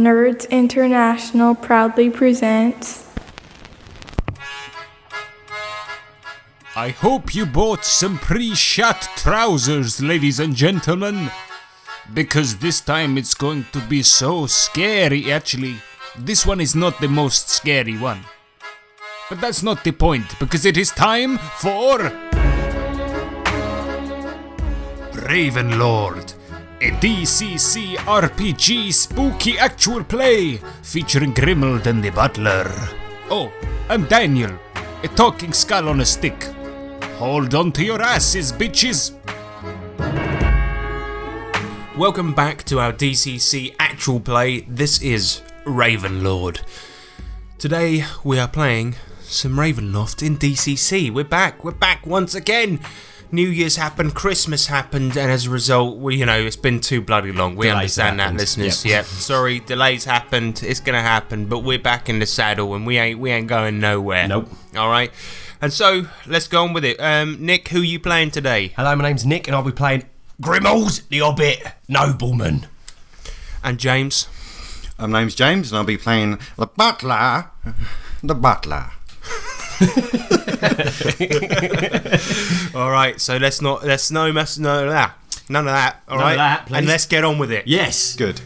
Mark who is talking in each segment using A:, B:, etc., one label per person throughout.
A: Nerds International proudly presents.
B: I hope you bought some pre shot trousers, ladies and gentlemen. Because this time it's going to be so scary, actually. This one is not the most scary one. But that's not the point, because it is time for. Ravenlord, a DCC RPG spooky actual play featuring Grimald and the Butler. Oh, and Daniel, a talking skull on a stick. Hold on to your asses, bitches!
C: Welcome back to our DCC actual play. This is Ravenlord. Today we are playing some Ravenloft in DCC. We're back. We're back once again. New Year's happened, Christmas happened, and as a result, we you know it's been too bloody long. We understand
D: happened,
C: that, listeners. Yeah, sorry, delays happened. It's gonna happen, but we're back in the saddle, and we ain't we ain't going nowhere.
D: Nope.
C: All right. And so let's go on with it. Um, Nick, who you playing today?
D: Hello, my name's Nick, and I'll be playing Grimald the Hobbit Nobleman.
C: And James.
E: Uh, My name's James, and I'll be playing the butler. The butler.
C: All right, so let's not let's no mess no that none of that. All
D: None
C: right,
D: of that, please.
C: and let's get on with it.
D: Yes.
E: Good.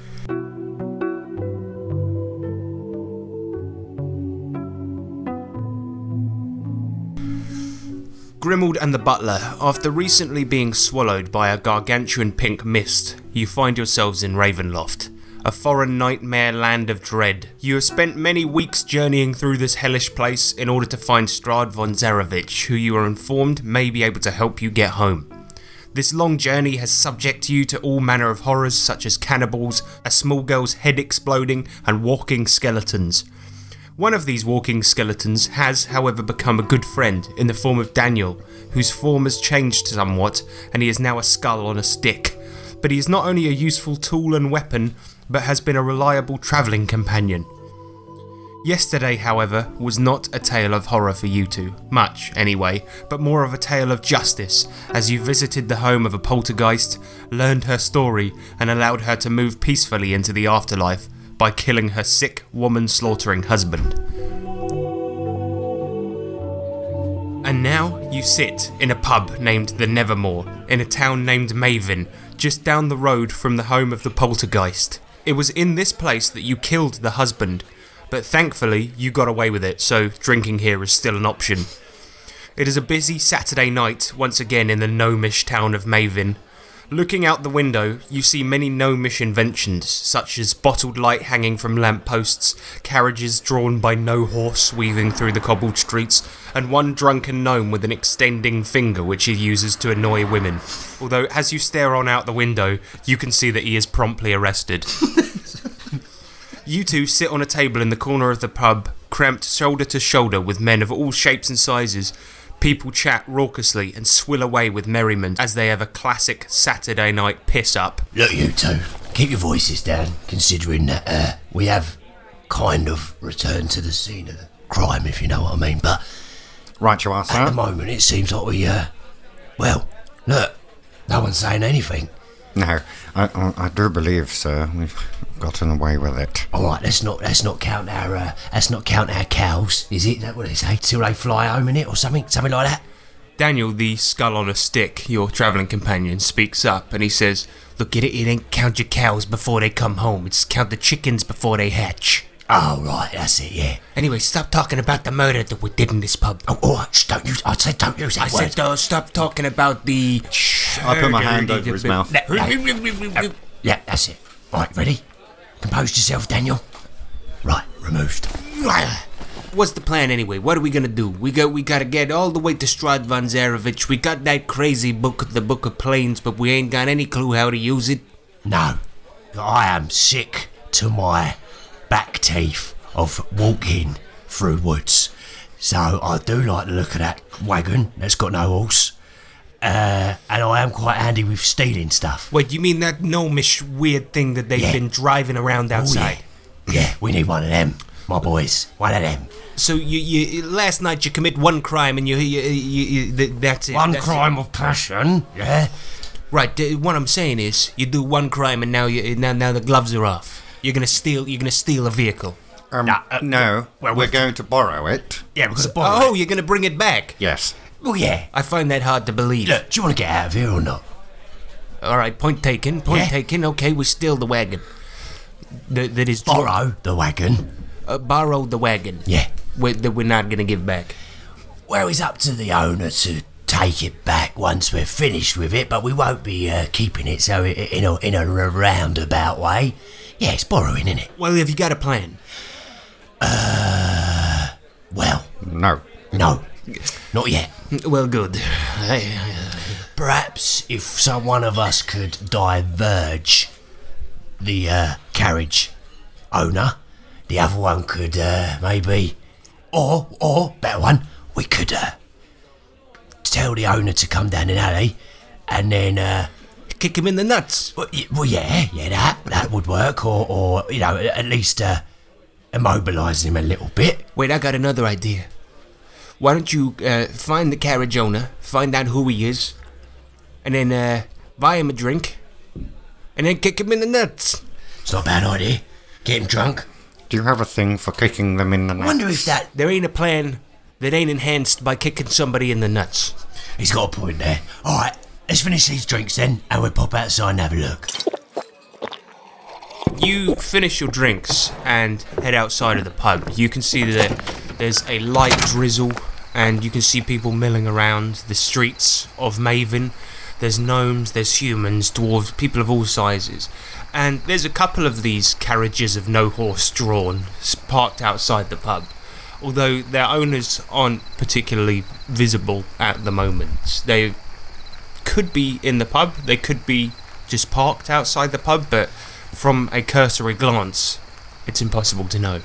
C: Grimald and the butler, after recently being swallowed by a gargantuan pink mist, you find yourselves in Ravenloft, a foreign nightmare land of dread. You have spent many weeks journeying through this hellish place in order to find Strad von Zarevich, who you are informed may be able to help you get home. This long journey has subjected you to all manner of horrors, such as cannibals, a small girl's head exploding, and walking skeletons. One of these walking skeletons has, however, become a good friend in the form of Daniel, whose form has changed somewhat, and he is now a skull on a stick. But he is not only a useful tool and weapon, but has been a reliable travelling companion. Yesterday, however, was not a tale of horror for you two, much anyway, but more of a tale of justice, as you visited the home of a poltergeist, learned her story, and allowed her to move peacefully into the afterlife by killing her sick, woman slaughtering husband. And now you sit in a pub named the Nevermore, in a town named Maven, just down the road from the home of the poltergeist. It was in this place that you killed the husband, but thankfully you got away with it, so drinking here is still an option. It is a busy Saturday night once again in the gnomish town of Maven. Looking out the window, you see many gnomish inventions, such as bottled light hanging from lampposts, carriages drawn by no horse weaving through the cobbled streets, and one drunken gnome with an extending finger which he uses to annoy women. Although, as you stare on out the window, you can see that he is promptly arrested. You two sit on a table in the corner of the pub, cramped shoulder to shoulder with men of all shapes and sizes. People chat raucously and swill away with merriment as they have a classic Saturday night piss up.
F: Look, you two, keep your voices down, considering that uh, we have kind of returned to the scene of the crime, if you know what I mean. But
E: Right, you are,
F: at the
E: sir.
F: moment, it seems like we, uh, well, look, no one's saying anything.
E: No, I, I, I do believe, sir, we've gotten away with it.
F: All right, let's not let's not count our uh, let's not count our cows. Is it that what they say till they fly home in it or something something like that?
C: Daniel, the skull on a stick, your travelling companion, speaks up and he says, Look at it, it ain't count your cows before they come home, it's count the chickens before they hatch.
F: Oh right, that's it. Yeah.
C: Anyway, stop talking about the murder that we did in this pub.
F: Oh, all right. Shh, don't use. I said don't use that
C: I
F: word.
C: said, though, stop talking about the.
E: I put my hand over his mouth.
F: Yeah, that's it. Right, ready? Compose yourself, Daniel. Right, removed.
C: What's the plan anyway? What are we gonna do? We got we gotta get all the way to Strad von Zarevich. We got that crazy book, the Book of Planes, but we ain't got any clue how to use it.
F: No, I am sick to my back teeth of walking through woods. So I do like the look of that wagon that's got no horse. Uh, and I am quite handy with stealing stuff.
C: Wait, you mean that gnomish weird thing that they've
F: Yeah.
C: been driving around
F: Oh,
C: outside?
F: yeah. yeah, we need one of them, my boys. One of them.
C: So you, you last night you commit one crime and you you, you, you th- that's it.
F: One
C: that's it.
F: crime of passion. Yeah.
C: Right. th- What I'm saying is you do one crime and now you now now the gloves are off. You're gonna steal. You're gonna steal a vehicle.
E: Um,
F: Nah, uh,
E: no,
F: well,
E: we're
F: we've-
E: going to borrow it.
F: Yeah, we've got to borrow
C: Oh,
F: it.
C: you're gonna bring it back.
E: Yes.
F: Well, yeah.
C: I find that hard to believe.
F: Look, do you want to get out of here or not?
C: All right, point taken. Point
F: Yeah.
C: taken. Okay, we steal the wagon. That, that is
F: Borrow the wagon.
C: uh, borrowed the wagon.
F: Yeah.
C: we that we're not gonna give back.
F: Well, it's up to the owner to take it back once we're finished with it, but we won't be uh, keeping it. So i- in a in a roundabout way, yeah, it's borrowing, isn't it?
C: Well, have you got a plan?
F: Well,
E: No.
F: no, not yet.
C: Well, good.
F: Perhaps if some one of us could diverge the uh, carriage owner, the other one could uh, maybe, or or better one, we could uh, tell the owner to come down an alley, and then. Uh,
C: Kick him in the nuts.
F: Well, y- well, yeah, yeah, that that would work, or, or you know, at least uh, immobilise him a little bit.
C: Wait, I got another idea. Why don't you uh, find the carriage owner, find out who he is, and then uh, buy him a drink, and then kick him in the nuts.
F: It's not a bad idea. Get him drunk.
E: Do you have a thing for kicking them in the
F: I
E: nuts?
F: wonder if that
C: There ain't a plan that ain't enhanced by kicking somebody in the nuts.
F: he's got a point there. All right, let's finish these drinks then, and we'll pop outside and have a look.
C: You finish your drinks and head outside of the pub. You can see that there's a light drizzle, and you can see people milling around the streets of Maven. There's gnomes, there's humans, dwarves, people of all sizes. And there's a couple of these carriages of no horse drawn s- parked outside the pub, although their owners aren't particularly visible at the moment. They could be in the pub, they could be just parked outside the pub, but from a cursory glance, it's impossible to know.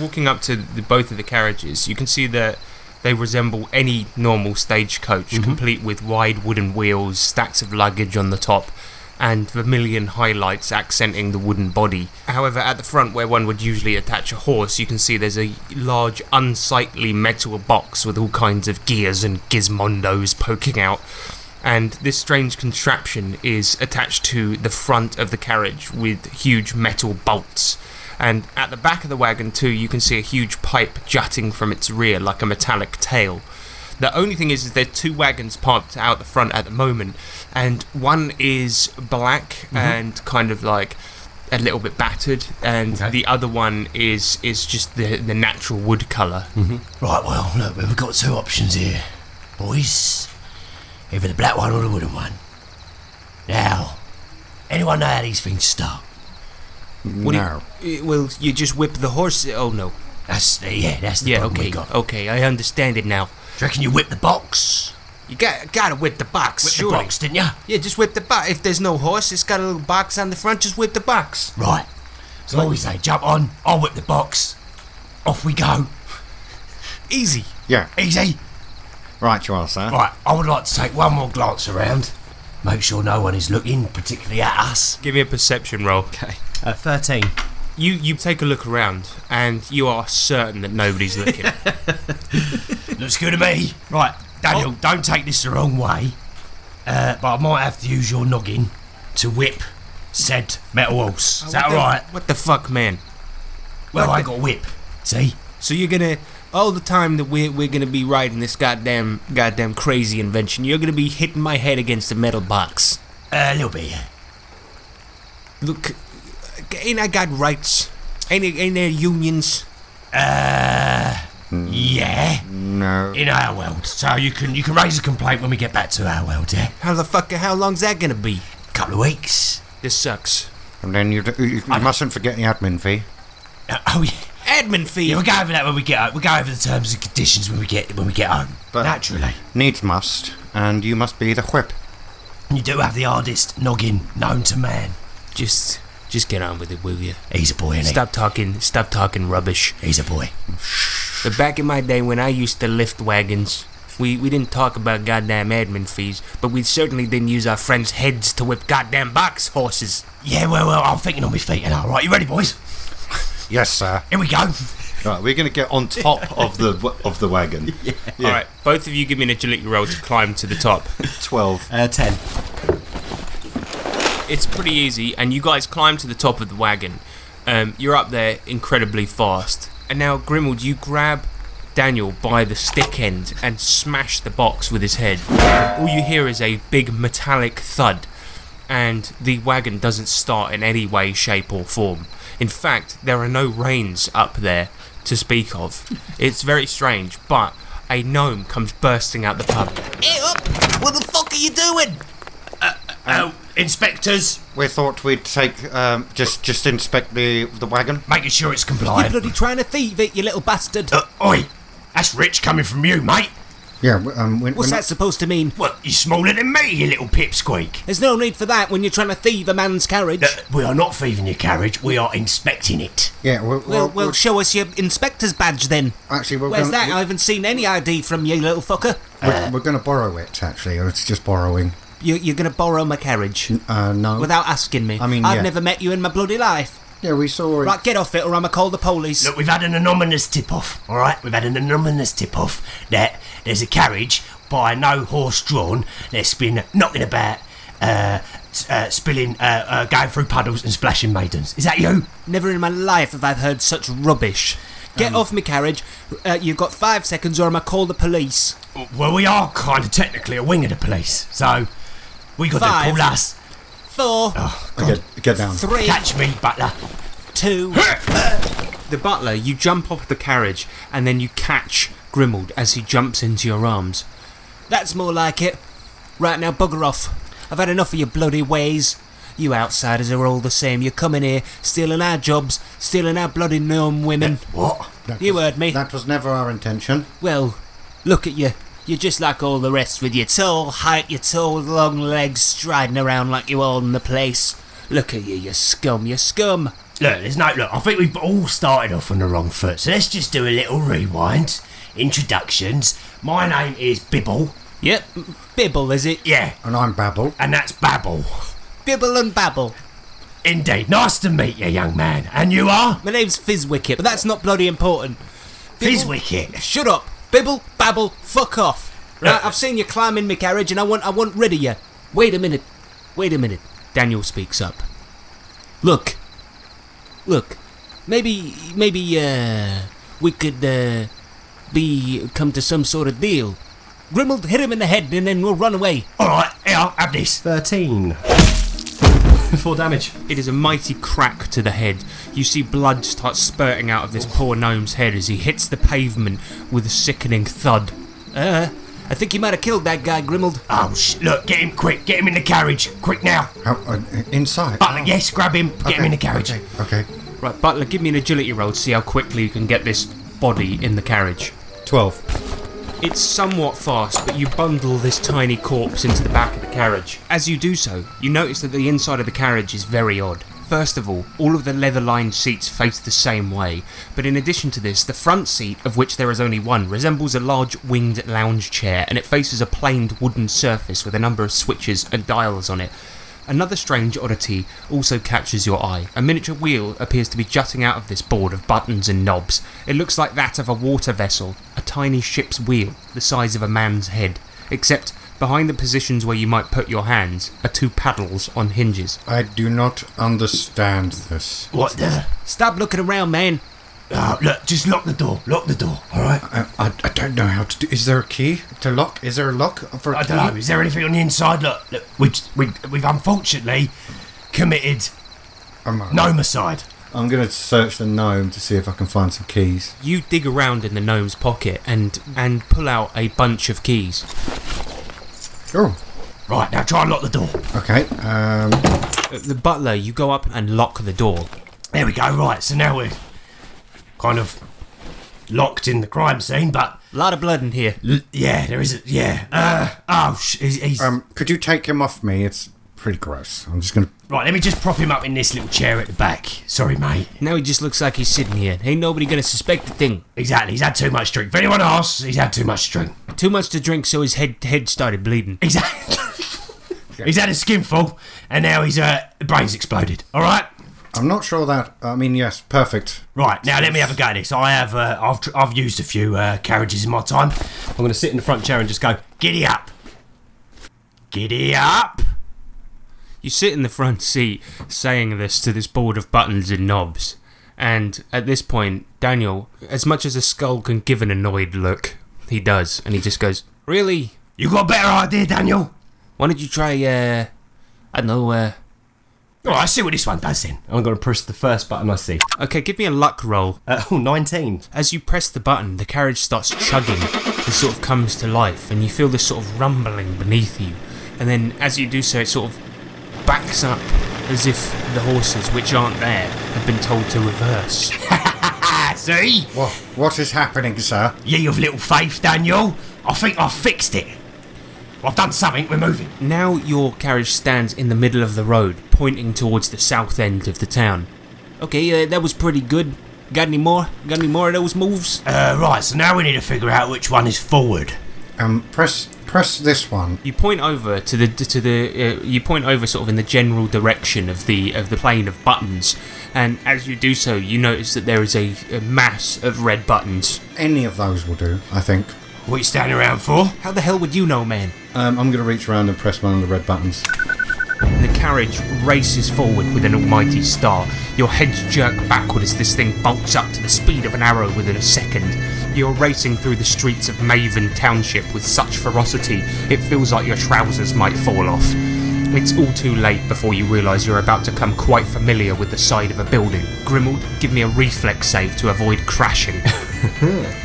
C: Walking up to the, both of the carriages, you can see that they resemble any normal stagecoach, complete with wide wooden wheels, stacks of luggage on the top, and vermilion highlights accenting the wooden body. However, at the front, where one would usually attach a horse, you can see there's a large, unsightly metal box with all kinds of gears and gizmondos poking out and this strange contraption is attached to the front of the carriage with huge metal bolts. And at the back of the wagon, too, you can see a huge pipe jutting from its rear like a metallic tail. The only thing is, is there's two wagons parked out the front at the moment, and one is black and kind of like a little bit battered, and the other one is is just the the natural wood color.
F: Right, well, look, we've got two options here, boys. Either the black one or the wooden one. Now, anyone know how these things start?
C: What do you-
E: no.
C: eh, well, you just whip the horse. Oh no.
F: That's yeah, that's the
C: Yeah.
F: problem
C: Okay.
F: we got.
C: Okay. I understand it now.
F: Do you reckon you whip the box?
C: You got gotta whip the box.
F: Whip
C: surely.
F: the box, didn't you?
C: Yeah, just whip the box. If there's no horse, it's got a little box on the front. Just whip the box.
F: Right. So what we say, jump on, I'll whip the box. Off we go.
C: Easy.
E: Yeah.
F: Easy.
E: Right you are, sir.
F: Right, I would like to take one more glance around. Make sure no one is looking, particularly at us.
C: Give me a perception roll.
G: Okay. Uh, 13.
C: You you take a look around, and you are certain that nobody's looking.
F: Looks good to me.
G: Right.
F: Daniel, don't take this the wrong way. Uh, but I might have to use your noggin to whip said metal walls. Is that
C: What the-
F: alright?
C: What the fuck, man?
F: Well, I got a whip. See?
C: So you're gonna all the time that we're we're gonna be riding this goddamn goddamn crazy invention. You're gonna be hitting my head against a metal box.
F: Uh, a little bit, yeah.
C: Look, ain't I got rights? Ain't it- ain't there unions?
F: Yeah.
E: No.
F: In our world. So you can you can raise a complaint when we get back to our world, yeah?
C: How the fuck? How long's that gonna be?
F: Couple of weeks.
C: This sucks.
E: And then you, you, you mustn't forget the admin fee.
F: Uh, oh yeah.
C: Admin fee.
F: Yeah, we'll go over that when we get home. We'll go over the terms and conditions when we get when we get home.
E: But-
F: Naturally.
E: Needs must, and you must be the whip.
F: You do have the hardest noggin known to man.
C: Just, just get on with it, will you?
F: He's a boy, isn't
C: Stop talking. Stop talking rubbish.
F: he? He's a boy.
C: But back in my day, when I used to lift wagons, we we didn't talk about goddamn admin fees, but we certainly didn't use our friends' heads to whip goddamn box horses.
F: Yeah, well, well, I'm thinking on my feet and all. Right, you ready, boys?
E: Yes, sir.
F: Here we go.
E: Right, we're going to get on top of the w- of the wagon. Yeah.
C: All right, both of you give me an agility roll to climb to the top.
E: Twelve.
G: Uh, 10.
C: it's pretty easy, and you guys climb to the top of the wagon. Um, you're up there incredibly fast. And now, Grimald, you grab Daniel by the stick end and smash the box with his head. All you hear is a big metallic thud, and the wagon doesn't start in any way, shape, or form. In fact, there are no reins up there to speak of. It's very strange, but a gnome comes bursting out the pub.
D: Hey, up! What the fuck are you doing? Uh, oh, inspectors,
E: We thought we'd take um, just just inspect the the wagon.
F: Making sure it's compliant.
G: bloody trying to thieve it, you little bastard.
F: Uh, oi, that's rich coming from you, mate.
E: Yeah. we- Um, we,
G: What's
E: we're
G: that supposed to mean?
F: What, you're smaller than me, you little pipsqueak.
G: There's no need for that when you're trying to thieve a man's carriage.
F: Uh, we are not thieving your carriage, we are inspecting it.
E: Not, yeah. We're, we're,
G: well, well,
E: we're-
G: show us your inspector's badge then.
E: actually, we're
G: Where's
E: gonna,
G: that? I haven't seen any ID from you, little fucker.
E: We're, we're, we're going to borrow it actually, or it's just borrowing.
G: You, you're going to borrow my carriage
E: Uh, no.
G: without asking me.
E: I mean,
G: I've
E: yeah.
G: never met you in my bloody life.
E: yeah, we saw it.
G: Right, get off it, or I'm gonna call the police.
F: Look, we've had an anonymous tip off, alright? We've had an anonymous tip off that there's a carriage by no horse drawn that's been knocking about, uh, s- uh spilling, uh, uh, going through puddles and splashing maidens. Is that you?
G: Never in my life have I heard such rubbish.
E: Um,
G: Get off me carriage. Uh, you've got five seconds, or I'm gonna call the police.
F: Well, we are kind of technically a wing of the police, so we got
G: Five.
F: to call us.
G: Four,
E: Oh, Get, get down.
G: three,
F: Catch me, butler.
G: two.
C: The butler, you jump off the carriage and then you catch Grimald as he jumps into your arms.
G: That's more like it. Right now, bugger off. I've had enough of your bloody ways. You outsiders are all the same. You're coming here, stealing our jobs, stealing our bloody gnome women.
F: What?
E: That
G: You
E: was-
G: heard me.
E: That was never our intention.
G: Well, look at you. You're just like all the rest with your tall height, your tall long legs striding around like you own the place. Look at you, you scum, you scum.
F: Look, there's no look. I think we've all started off on the wrong foot, so let's just do a little rewind. Introductions. My name is Bibble.
G: Yep, m- Bibble is it?
F: Yeah,
E: And I'm Babel.
F: and that's Babble.
G: Bibble and Babble.
F: Indeed. Nice to meet you, young man. And you are
G: My name's Fizzwicket, but that's not bloody important. Bibble-
F: Fizzwicket.
G: Shut up, Bibble, Babble, fuck off. Right, I've seen you climbing my carriage, and I want, I want rid of you. Wait a minute, wait a minute. Daniel speaks up. Look, look, maybe, maybe, uh, we could, uh, be come to some sort of deal. Grimald, hit him in the head, and then we'll run away.
F: All right, here, have this.
H: Thirteen. Four damage.
C: It is a mighty crack to the head. You see blood start spurting out of this poor gnome's head as he hits the pavement with a sickening thud.
G: Uh, I think you might have killed that guy, Grimald.
F: Oh, sh- look, get him quick. Get him in the carriage. Quick now.
E: How, uh, inside.
H: Oh.
F: Butler, yes, grab him. Get him in the carriage.
E: Okay.
C: Right, Butler, give me an agility roll to see how quickly you can get this body in the carriage.
E: Twelve.
C: It's somewhat fast, but you bundle this tiny corpse into the back of the carriage. As you do so, you notice that the inside of the carriage is very odd. First of all, all of the leather lined seats face the same way, but in addition to this, the front seat, of which there is only one, resembles a large winged lounge chair and it faces a planed wooden surface with a number of switches and dials on it. Another strange oddity also catches your eye. A miniature wheel appears to be jutting out of this board of buttons and knobs. It looks like that of a water vessel, a tiny ship's wheel, the size of a man's head. Except behind the positions where you might put your hands are two paddles on hinges.
E: I do not understand this.
F: What the?
G: Stop looking around, man.
F: Oh, look, just lock the door. Lock the door, all right?
E: I, I, I don't know how to do. Is there a key to lock? Is there a lock for a
F: I
E: key?
F: don't know. Is there anything on the inside? Look, look we, we, we've unfortunately committed
E: I'm, all right.
F: nomicide.
E: I'm gonna search the gnome to see if I can find some keys.
C: You dig around in the gnome's pocket and and pull out a bunch of keys.
E: Oh,
F: Right, now try and lock the door.
E: okay. Um,
C: Uh, The butler, you go up and lock the door.
F: There we go. Right, so now we're kind of locked in the crime scene, but
G: A lot of blood in here.
F: l- yeah, there is a. Yeah. Uh, oh, sh- he's. he's
E: um, could you take him off me? It's pretty gross. I'm just gonna.
F: right, let me just prop him up in this little chair at the back. Sorry, mate.
G: Now he just looks like he's sitting here. Ain't nobody gonna suspect a thing.
F: Exactly, he's had too much drink. If anyone asks, he's had too much drink.
G: Too much to drink, so his head head started bleeding.
F: Exactly. he's had a skinful, and now his uh, brain's exploded. All right?
E: I'm not sure that. I mean, yes, perfect.
F: Right now, let me have a go at this. I have, uh, I've, tr- I've used a few uh, carriages in my time.
H: I'm going to sit in the front chair and just go.
F: Giddy up, giddy up.
C: You sit in the front seat saying this to this board of buttons and knobs. And at this point, Daniel, as much as a skull can give an annoyed look, he does, and he just goes, "Really?
F: You got a better idea, Daniel?
C: Why don't you try? Uh, I don't know. Uh,
F: All right, see what this one does then.
H: I'm going to press the first button I see.
C: okay, give me a luck roll."
H: Uh, oh, 19.
C: As you press the button, the carriage starts chugging and sort of comes to life, and you feel this sort of rumbling beneath you. And then as you do so, it sort of backs up as if the horses, which aren't there, have been told to reverse.
F: Ah, see?
E: What, what is happening, sir?
F: Ye of little faith, Daniel. I think I've fixed it. I've done something, we're moving.
C: Now your carriage stands in the middle of the road, pointing towards the south end of the town. Okay, uh, that was pretty good. Got any more? Got any more of those moves?
F: Uh, right, so now we need to figure out which one is forward.
E: Um, press, press this one.
C: You point over to the to the uh, you point over sort of in the general direction of the of the plane of buttons, and as you do so, you notice that there is a, a mass of red buttons.
E: Any of those will do, I think.
F: What you standing around for?
C: How the hell would you know, man?
E: Um, I'm going to reach around and press one of the red buttons.
C: The carriage races forward with an almighty star. Your heads jerk backward as this thing bolts up to the speed of an arrow within a second. You're racing through the streets of Maven Township with such ferocity, it feels like your trousers might fall off. It's all too late before you realise you're about to come quite familiar with the side of a building. Grimald, give me a reflex save to avoid crashing.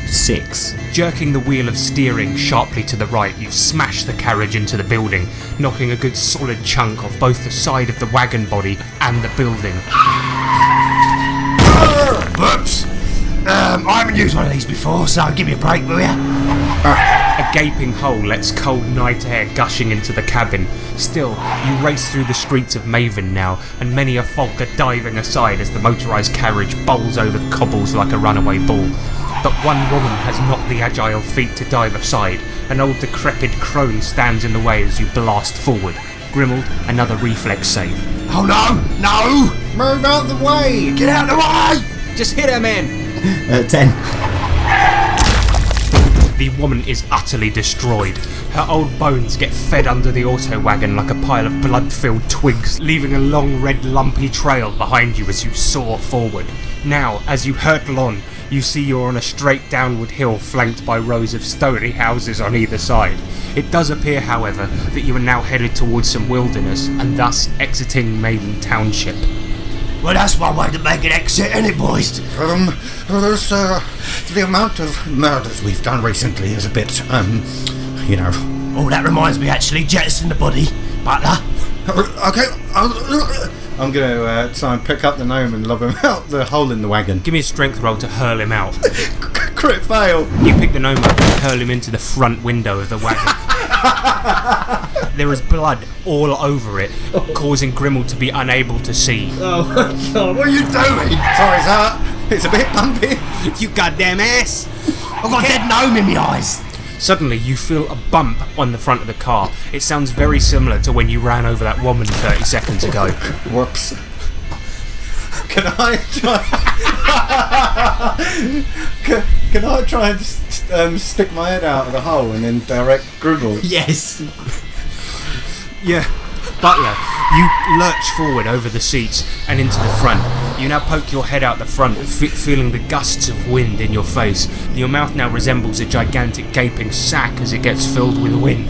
H: Six.
C: Jerking the wheel of steering sharply to the right, you smash the carriage into the building, knocking a good solid chunk off both the side of the wagon body and the building.
F: Whoops. Um, I haven't used one of these before, so give me a break, will ya?
C: A gaping hole lets cold night air gushing into the cabin. Still, you race through the streets of Maven now, and many a folk are diving aside as the motorised carriage bowls over the cobbles like a runaway bull. But one woman has not the agile feet to dive aside. An old decrepit crone stands in the way as you blast forward. Grimald, another reflex save.
F: Oh no, no!
E: Move out the way!
F: Get out of the way!
C: Just hit her, man!
H: Uh, 10.
C: The woman is utterly destroyed. Her old bones get fed under the auto wagon like a pile of blood filled twigs, leaving a long red lumpy trail behind you as you soar forward. Now, as you hurtle on, you see you're on a straight downward hill flanked by rows of stony houses on either side. It does appear, however, that you are now headed towards some wilderness and thus exiting Maiden Township.
F: Well, that's one way to make an exit, ain't it, boys?
E: Um, there's, uh, the amount of murders we've done recently is a bit, um, you know.
F: Oh, that reminds me, actually, jettison the body, butler.
E: Okay, I'll- I'm going to uh, try and pick up the gnome and lob him out the hole in the wagon.
C: Give me a strength roll to hurl him out.
E: Crit fail!
C: You pick the gnome up and hurl him into the front window of the wagon. there is blood all over it, causing Grimmel to be unable to see.
E: What are you doing? Sorry, sir. It's a bit bumpy.
C: You goddamn ass!
F: I've got a dead gnome in my eyes.
C: Suddenly, you feel a bump on the front of the car. It sounds very similar to when you ran over that woman 30 seconds ago.
E: Whoops. Can I try? can, can I try and st- um, stick my head out of the hole and then direct Gribble?
F: Yes.
C: Yeah. Butler, you lurch forward over the seats and into the front. You now poke your head out the front, fe feeling the gusts of wind in your face. Your mouth now resembles a gigantic gaping sack as it gets filled with wind.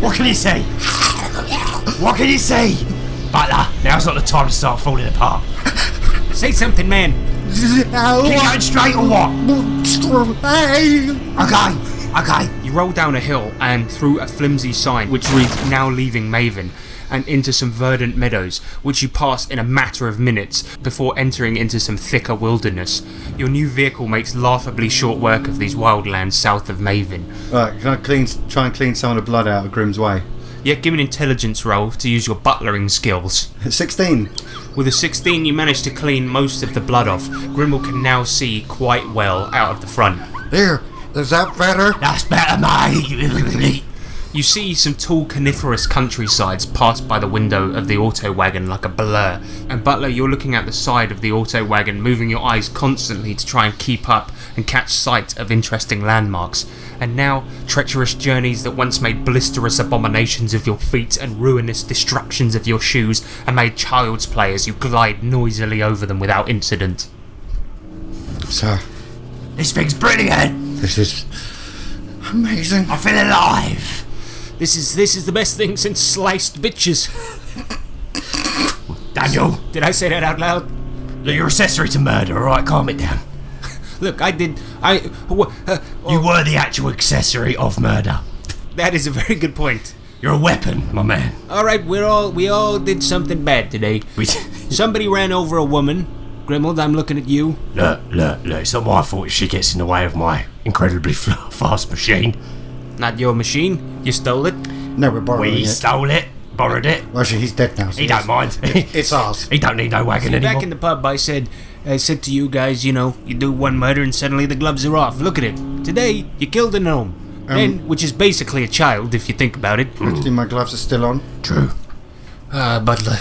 F: What can he say? What can he say? Butler, now's not the time to start falling apart.
C: Say something, man.
E: Oh,
F: Keep going straight or what? Okay, okay.
C: You roll down a hill and through a flimsy sign which reads "Now leaving Maven." And into some verdant meadows, which you pass in a matter of minutes before entering into some thicker wilderness. Your new vehicle makes laughably short work of these wildlands south of Maven.
E: Right, Uh, can I clean, try and clean some of the blood out of Grim's way?
C: Yeah, give me an intelligence roll to use your butlering skills.
E: 16.
C: With a 16, you manage to clean most of the blood off. Grimble can now see quite well out of the front.
E: There. Is that better?
F: That's better, mate.
C: You see some tall coniferous countrysides pass by the window of the auto wagon like a blur, and Butler, you're looking at the side of the auto wagon, moving your eyes constantly to try and keep up and catch sight of interesting landmarks. And now, treacherous journeys that once made blisterous abominations of your feet and ruinous distractions of your shoes, and made child's play as you glide noisily over them without incident.
E: Sir,
F: This thing's brilliant.
E: this is amazing.
F: I feel alive.
G: This is this is the best thing since sliced bitches.
F: Daniel,
G: Did I say that out loud?
F: look, you're accessory to murder. All right, calm it down.
G: Look, I did. I. wha- uh,
E: Oh.
F: You were the actual accessory of murder.
G: that is a very good point.
F: You're a weapon, my man.
G: All right, we're all we all did something bad today.
F: We
G: Somebody ran over a woman. Grimald, I'm looking at you.
F: look, look, look. It's not my fault if she gets in the way of my incredibly fl- fast machine.
G: Not your machine. You stole it.
E: No, we're borrowing
F: We
E: it.
F: stole it, borrowed it.
E: Well, she- he's dead now. So
F: He don't mind.
E: It's ours.
F: he don't need no wagon
G: Back
F: anymore.
G: in the pub, I said, I said to you guys, you know, you do one murder and suddenly the gloves are off. Look at it. Today, you killed a gnome.
E: Um,
G: Then, which is basically a child if you think about it.
E: Actually, my gloves are still on.
F: True.
G: Ah, butler.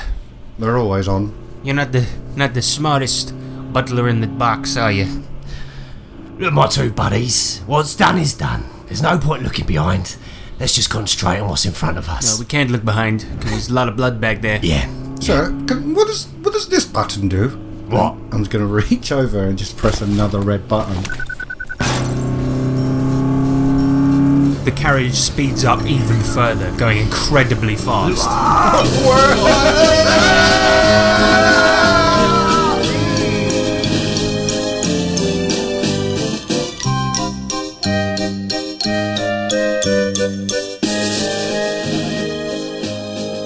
E: They're always on.
G: You're not the not the smartest butler in the box, are you?
F: Look, my two buddies. What's done is done. There's no point looking behind. Let's just concentrate on what's in front of
G: No,
F: us.
G: we can't look behind because there's a lot of blood back there.
F: yeah.
E: Sir, can, what does what does this button do?
F: What?
E: I'm just gonna reach over and just press another red button.
C: The carriage speeds up even further, going incredibly fast.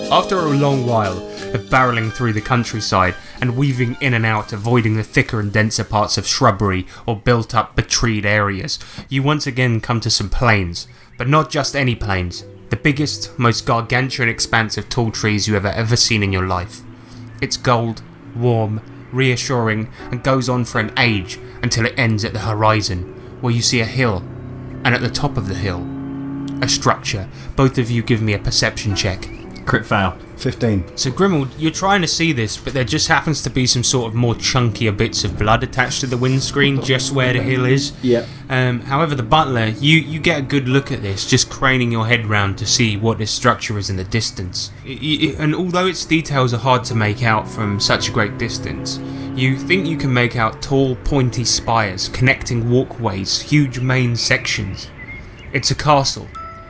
C: After a long while of barreling through the countryside and weaving in and out, avoiding the thicker and denser parts of shrubbery or built up betrayed areas, you once again come to some plains. But not just any plains, the biggest, most gargantuan expanse of tall trees you have ever seen in your life. It's gold, warm, reassuring, and goes on for an age until it ends at the horizon, where you see a hill, and at the top of the hill, a structure. Both of you give me a perception check.
H: Crit fail.
E: Fifteen.
C: So Grimmel, you're trying to see this, but there just happens to be some sort of more chunkier bits of blood attached to the windscreen, just where the hill is.
H: Yep.
C: Um, however, the butler, you you get a good look at this, just craning your head round to see what this structure is in the distance. I- I- and although its details are hard to make out from such a great distance, you think you can make out tall, pointy spires connecting walkways, huge main sections. It's a castle.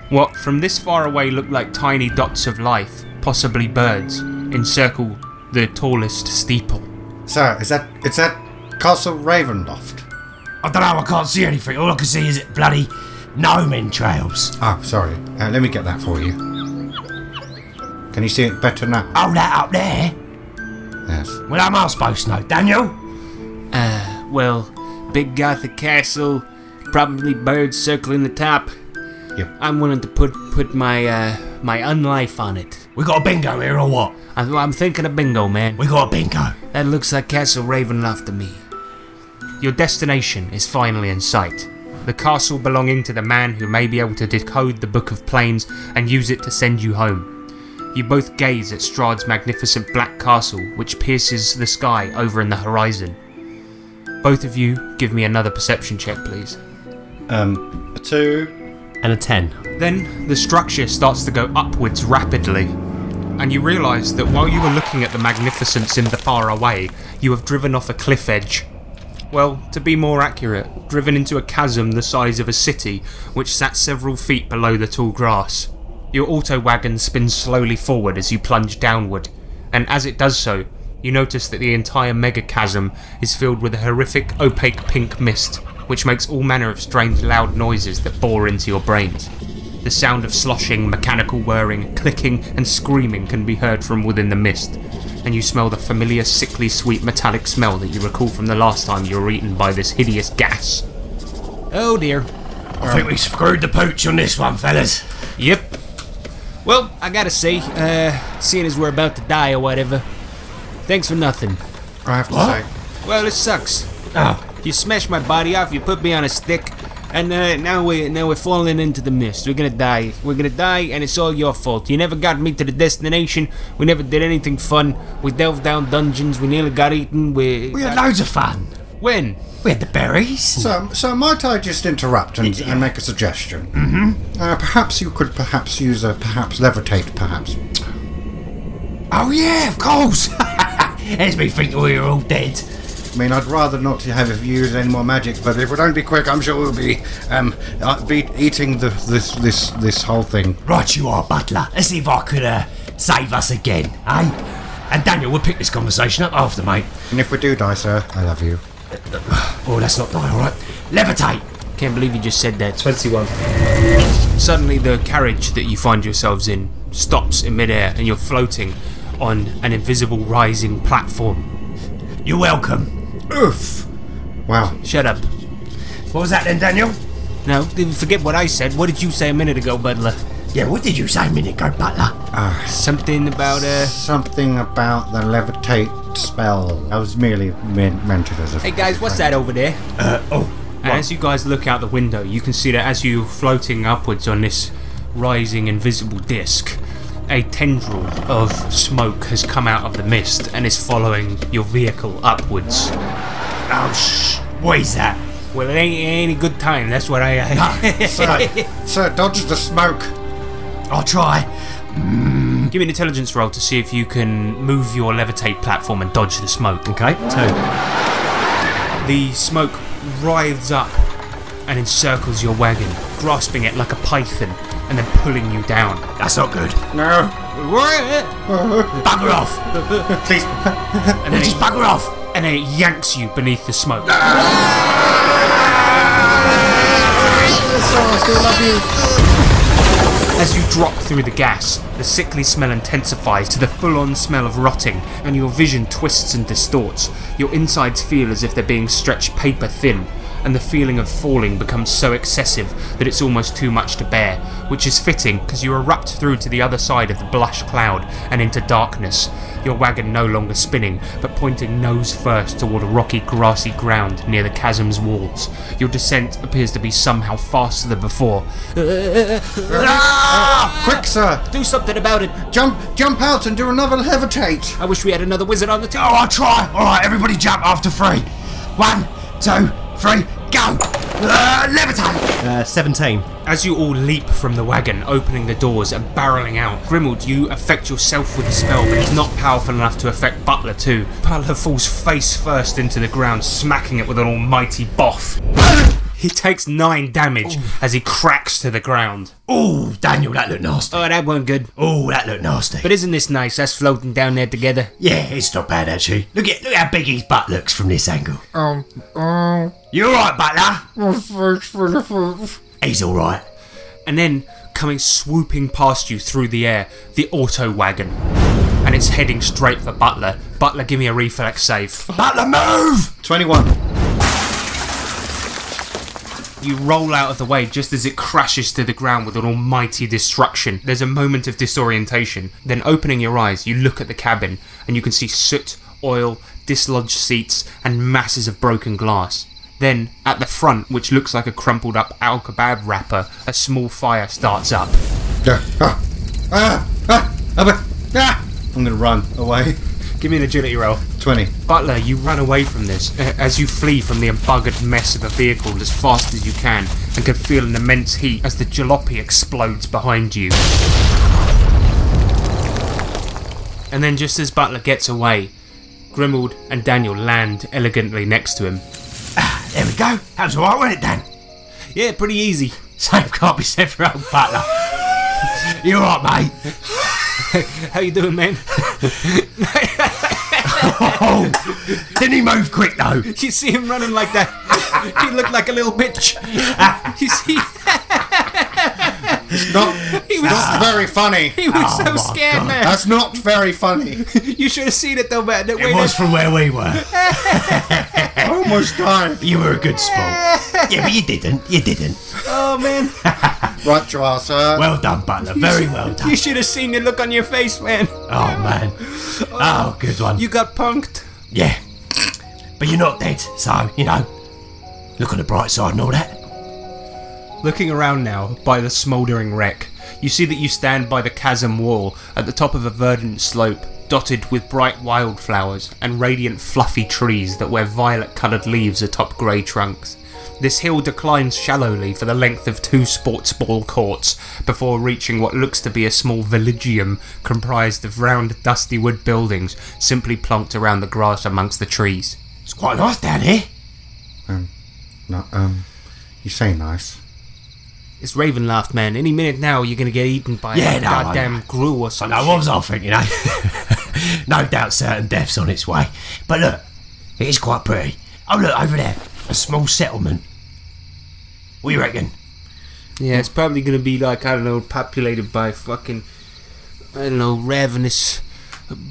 C: What from this far away look like tiny dots of life, possibly birds, encircle the tallest steeple.
E: Sir, is that it's that Castle Ravenloft?
F: I don't know. I can't see anything. All I can see is bloody gnome entrails.
E: Oh, sorry. Uh, let me get that for you. Can you see it better now?
F: Oh, that up there.
E: Yes.
F: Well, how am I supposed to know, Daniel?
G: Well, big gothic castle, probably birds circling the top.
E: Yep.
G: I'm willing to put put my uh, my unlife on it.
F: We got a bingo here or what?
G: I, I'm thinking of bingo, man.
F: We got a bingo.
G: That looks like Castle Ravenloft to me.
C: Your destination is finally in sight. The castle belonging to the man who may be able to decode the Book of Planes and use it to send you home. You both gaze at Strahd's magnificent black castle, which pierces the sky over in the horizon. Both of you give me another perception check, please.
E: Um, a two.
H: And a 10.
C: Then the structure starts to go upwards rapidly, and you realise that while you were looking at the magnificence in the far away, you have driven off a cliff edge. Well, to be more accurate, driven into a chasm the size of a city, which sat several feet below the tall grass. Your auto wagon spins slowly forward as you plunge downward, and as it does so, you notice that the entire mega chasm is filled with a horrific opaque pink mist, which makes all manner of strange loud noises that bore into your brains. The sound of sloshing, mechanical whirring, clicking, and screaming can be heard from within the mist, and you smell the familiar, sickly, sweet, metallic smell that you recall from the last time you were eaten by this hideous gas.
G: Oh dear.
F: I think we screwed the pooch on this one, fellas.
C: Yep.
G: Well, I gotta say, uh, seeing as we're about to die or whatever, thanks for nothing.
E: I have to say.
G: Well, it sucks.
F: Oh,
G: You smashed my body off, you put me on a stick, And uh, now we now we're falling into the mist. We're gonna die. We're gonna die, and it's all your fault. You never got me to the destination. We never did anything fun. We delved down dungeons. We nearly got eaten. We,
F: We had loads of fun.
G: when
F: We had the berries.
E: So, Um, so might I just interrupt and, and make a suggestion? Mm-hmm. Uh, perhaps you could perhaps use a perhaps levitate, perhaps.
F: Oh yeah, of course. As me think we were all dead.
E: I mean, I'd rather not have you use any more magic, but if we don't be quick, I'm sure we'll be um uh, be eating the, this this this whole thing.
F: Right, you are, Butler. Let's see if I could uh, save us again, eh? And Daniel, we'll pick this conversation up after, mate.
E: And if we do die, sir, I love you.
F: Oh, let's not die, all right? Levitate.
G: can't believe you just said that.
H: 21.
C: Suddenly, the carriage that you find yourselves in stops in midair, and you're floating on an invisible rising platform.
F: You're welcome.
E: Oof! Wow.
G: Shut up.
F: What was that then, Daniel?
G: No, forget what I said. What did you say a minute ago, Butler?
F: Yeah, what did you say a minute ago, Butler?
G: Something about uh.
E: Something about the levitate spell. I was merely men- meant it as a.
G: Hey guys, what's that over there?
F: Oh,
C: And as you guys look out the window, you can see that as you're floating upwards on this rising invisible disc, a tendril of smoke has come out of the mist and is following your vehicle upwards.
F: Oh, shh. What is that?
C: Well, it ain't, it ain't a good time. That's what I. I
E: Sir, sir, dodge the smoke.
F: I'll try.
C: Give me an intelligence roll to see if you can move your levitate platform and dodge the smoke.
H: Okay, two.
C: The smoke writhes up and encircles your wagon, grasping it like a python and then pulling you down.
F: That's not good.
E: No,
F: Bugger off.
E: please.
C: And then,
F: Just
C: it,
F: bugger off.
C: and then it yanks you beneath the smoke. As you drop through the gas, the sickly smell intensifies to the full on smell of rotting, and your vision twists and distorts. Your insides feel as if they're being stretched paper thin, and the feeling of falling becomes so excessive that it's almost too much to bear, which is fitting because you erupt through to the other side of the blush cloud and into darkness, your wagon no longer spinning, but pointing nose first toward a rocky, grassy ground near the chasm's walls. Your descent appears to be somehow faster than before.
E: Quick, sir,
G: Do something about it.
E: jump, jump out and do another levitate.
G: I wish we had another wizard on the
F: Oh,
G: tower.
F: I'll try. All right, everybody jump after three. One, two, three, go. Uh, levitate.
H: Uh, 17.
C: As you all leap from the wagon, opening the doors and barreling out, Grimald, you affect yourself with the spell, but he's not powerful enough to affect Butler too. Butler falls face first into the ground, smacking it with an almighty boff. He takes nine damage as he cracks to the ground.
F: Oh, Daniel, that looked nasty.
G: Oh, that weren't good.
F: Oh, that looked nasty.
G: But isn't this nice? Us floating down there together.
F: Yeah, it's not bad actually. Look at look how big his butt looks from this angle. Um, you all right, Butler? He's all right.
C: and then coming swooping past you through the air, the auto wagon. And it's heading straight for Butler. Butler, give me a reflex save.
F: Butler, move!
E: Twenty-one.
C: You roll out of the way just as it crashes to the ground with an almighty destruction. There's a moment of disorientation. Then, opening your eyes, you look at the cabin and you can see soot, oil, dislodged seats, and masses of broken glass. Then, at the front, which looks like a crumpled up al kebab wrapper, a small fire starts up.
E: Ah, ah, ah, ah, ah, ah. I'm gonna run away.
C: Give me an agility roll.
E: Twenty.
C: Butler, you run away from this uh, as you flee from the embuggered mess of a vehicle as fast as you can and can feel an immense heat as the jalopy explodes behind you. And then, just as Butler gets away, Grimald and Daniel land elegantly next to him.
F: There we go. That was all right, wasn't it, Dan?
G: Yeah, pretty easy.
F: Same can't be said for old Butler. you all right, mate?
G: How you doing, man?
F: Oh, didn't he move quick though?
G: you see him running like that. he looked like a little bitch. you see,
E: Not,
G: he was
E: not very funny.
G: he was
F: Oh
G: so
F: my
G: scared,
F: God.
G: man.
E: That's not very funny.
G: You should have seen it though, man. The way
F: It was from where we were.
E: I almost died.
F: You were a good sport. Yeah, but you didn't. You didn't.
G: that- oh man,
E: Right, you are, sir.
F: Well done, Butler. Very well done.
G: you should have seen the look on your face, man.
F: Oh man. Oh, good one.
G: You got punked.
F: Yeah. But you're not dead, so, you know, look on the bright side and all that.
C: Looking around now by the smouldering wreck, you see that you stand by the chasm wall at the top of a verdant slope dotted with bright wildflowers and radiant fluffy trees that wear violet coloured leaves atop grey trunks. This hill declines shallowly for the length of two sports ball courts before reaching what looks to be a small villagium comprised of round, dusty wood buildings simply plonked around the grass amongst the trees.
F: It's quite nice down here.
E: No, um, you say nice.
C: It's Ravenloft, man. Any minute now, you're gonna get eaten by
F: Yeah,
C: a
F: no, I
C: goddamn
F: know.
C: grue or
F: I
C: something.
F: know what was I thinking, eh? no doubt certain death's on its way. But look, it is quite pretty. Oh, look, over there, a small settlement. What do you reckon?
C: Yeah, it's probably gonna be like I don't know, populated by fucking I don't know, ravenous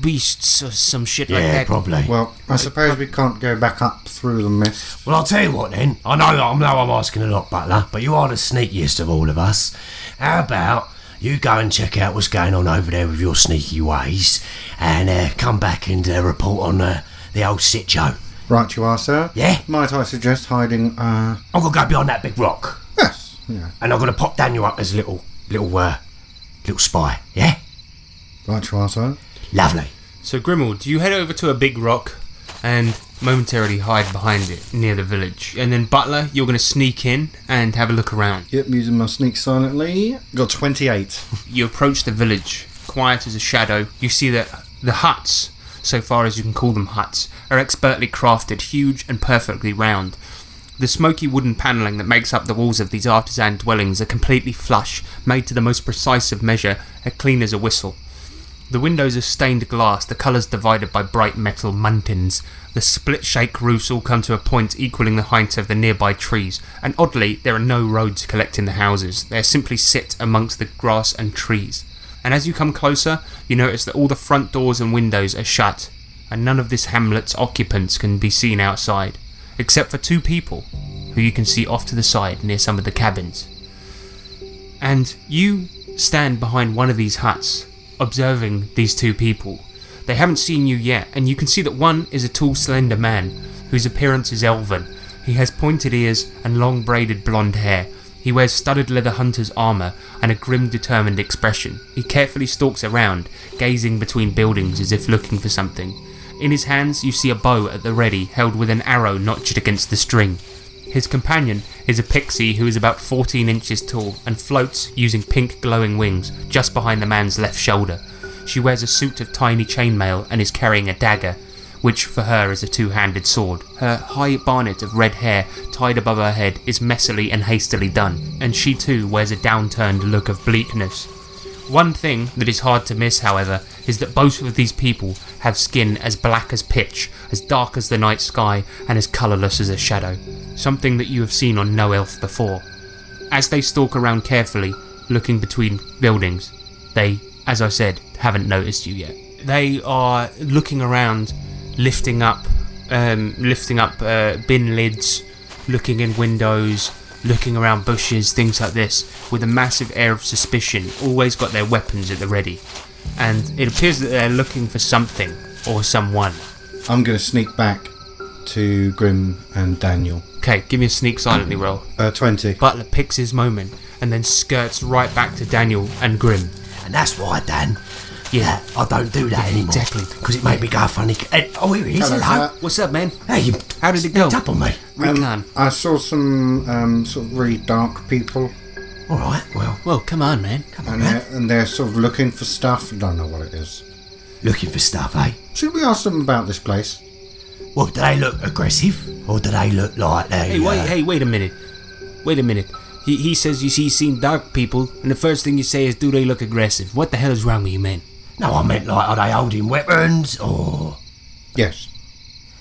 C: beasts or some shit like
F: yeah,
C: that.
F: probably. Well,
E: Well, I suppose we can't go back up through the mist.
F: I'll tell you what then. I know, I know I'm asking a lot, Butler, but you are the sneakiest of all of us. How about you go and check out what's going on over there with your sneaky ways and uh, come back and uh, report on uh, the old sit show?
E: Right, you are, sir.
F: Yeah.
E: Might I suggest hiding? Uh,
F: I'm going to go behind that big rock.
E: yes. Yeah.
F: and I'm gonna pop Daniel up as a little little uh, little spy. Yeah,
E: Right, you are, sir.
F: lovely.
C: So Grimald, you head over to a big rock and momentarily hide behind it near the village. And then Butler, you're gonna sneak in and have a look around.
E: Yep, using my sneak silently. Got 28.
C: You approach the village, quiet as a shadow. You see that the huts, so far as you can call them huts, are expertly crafted, huge and perfectly round. The smoky wooden panelling that makes up the walls of these artisan dwellings are completely flush, made to the most precise of measure, as clean as a whistle. The windows are stained glass, the colours divided by bright metal muntins. The split shake roofs all come to a point equaling the height of the nearby trees, and oddly, there are no roads collecting the houses. They simply sit amongst the grass and trees. And as you come closer, you notice that all the front doors and windows are shut, and none of this hamlet's occupants can be seen outside, except for two people, who you can see off to the side near some of the cabins and you stand behind one of these huts, observing these two people. They haven't seen you yet, and you can see that one is a tall, slender man whose appearance is elven. He has pointed ears and long braided blonde hair. He wears studded leather hunter's armour and a grim, determined expression. He carefully stalks around, gazing between buildings as if looking for something. In his hands, you see a bow at the ready, held with an arrow notched against the string. His companion is a pixie who is about 14 inches tall and floats using pink glowing wings just behind the man's left shoulder. She wears a suit of tiny chainmail and is carrying a dagger, which for her is a two handed sword. Her high barnet of red hair tied above her head is messily and hastily done, and she too wears a downturned look of bleakness. One thing that is hard to miss, however, is that both of these people have skin as black as pitch, as dark as the night sky, and as colourless as a shadow, something that you have seen on no elf before. As they stalk around carefully, looking between buildings, they, as I said, haven't noticed you yet. They are looking around, lifting up, um, lifting up uh, bin lids, looking in windows, looking around bushes, things like this, with a massive air of suspicion. Always got their weapons at the ready, and it appears that they're looking for something or someone.
E: I'm going to sneak back to Grim and Daniel.
C: Okay, give me a sneak silently roll.
E: Uh, 20.
C: Butler picks his moment and then skirts right back to Daniel and Grim.
F: And that's why, Dan.
C: Yeah.
F: Yeah, I don't do that anymore.
C: exactly.
F: Because it made me go funny. eh, oh, here he is. Hello.
E: Hello,
C: What's up, man?
F: Hey, you
C: How did it go?
F: sneaked up on me.
E: Um,
C: Ragnar.
G: Uh,
E: I saw some um, sort of really dark people,
F: All right. Well,
C: Well, come on, man.
E: and they're, and they're sort of looking for stuff. I don't know what it is.
F: looking for stuff, eh?
E: Should we ask them about this place?
F: Well, do they look aggressive or do they look like they?
G: Hey, wait,
F: uh,
G: hey, wait a minute. Wait a minute. He, he says you see, he's seen dark people, and the first thing you say is, do they look aggressive? What the hell is wrong with you, man?
F: No, I meant like are they holding weapons or?
E: Yes.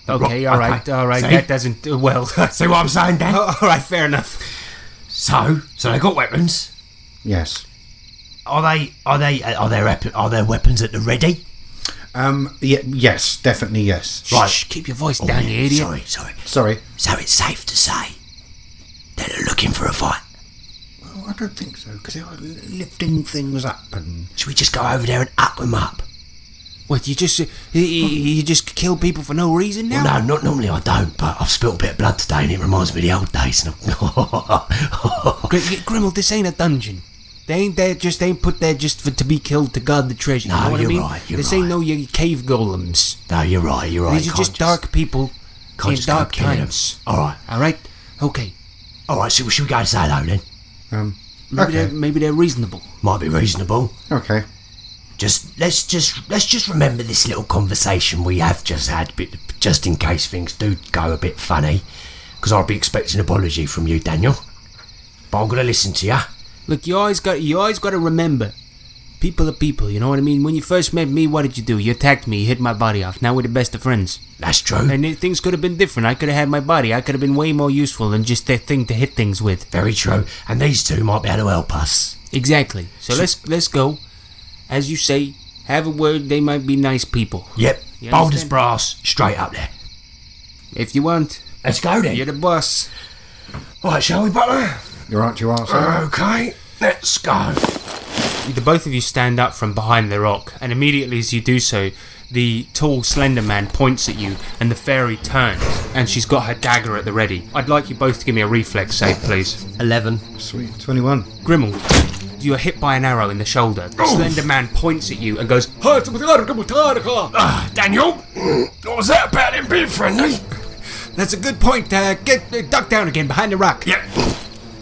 G: Okay,
F: Ro-
G: all right,
F: okay.
G: all right.
F: See?
G: That doesn't
C: uh,
G: do well.
F: See what I'm saying, Dan?
G: all right, Oh, fair enough.
F: So, so they got weapons.
E: Yes.
F: Are they? Are they? uh, Are their? ep- Are their weapons at the ready?
E: Um. Y- yes. Definitely. Yes.
F: Right.
G: Shh, keep your voice
F: Oh,
G: down,
F: yeah,
G: you idiot.
F: Sorry, sorry.
E: Sorry.
F: So it's safe to say they're looking for a fight.
E: Oh, I don't think so because they are lifting things up and
F: Should we just go over there and up them up?
G: What, you just, you, you just kill people for no reason now?
F: Well, no, not normally I don't, but I've spilt a bit of blood today and it reminds me of the old days. And
G: Gr- yeah, Grimmel, this ain't a dungeon. They ain't there just they ain't put there just for to be killed to guard the treasure.
F: No,
G: you know what
F: you're
G: I mean?
F: right, you're
G: this ain't no your cave golems.
F: No, you're right, you're right.
G: These are
F: Can't
G: just, dark people
F: can't
G: in
F: just go
G: dark
F: killing 'em.
G: times.
F: Alright,
G: All right, okay.
F: alright, so should we go and say hello then?
E: Um,
G: Maybe
E: Okay.
G: they're maybe they're reasonable.
F: Might be reasonable.
E: okay.
F: Just let's just let's just remember this little conversation we have just had, bit- just in case things do go a bit funny, because I'll be expecting an apology from you, Daniel. But I'm gonna listen to you.
G: Look, you always got you always got to remember, people are people. You know what I mean? When you first met me, what did you do? You attacked me, you hit my body off. Now we're the best of friends.
F: That's true.
G: And it, things could have been different. I could have had my body. I could have been way more useful than just that thing to hit things with.
F: Very true. And these two might be able to help us.
G: Exactly. So let's let's go. As you say, have a word. They might be nice people.
F: Yep.
G: You
F: Bold as
G: understand?
F: brass, straight up there.
G: If you want,
F: Let's go then.
G: you're the boss.
F: Right, shall we, Butler?
E: You're right, you are, sir.
F: Okay, let's go.
C: The both of you stand up from behind the rock, and immediately as you do so, the tall, slender man points at you, and the fairy turns, and she's got her dagger at the ready. I'd like you both to give me a reflex save, please.
H: 11.
E: Sweet. 21.
C: Grimmel, you are hit by an arrow in the shoulder. The
F: Oh.
C: slender man points at you and goes,
F: Ah, Daniel, what was that about him being friendly?
G: That's a good point. Uh, get uh, duck down again behind the rock.
F: Yep.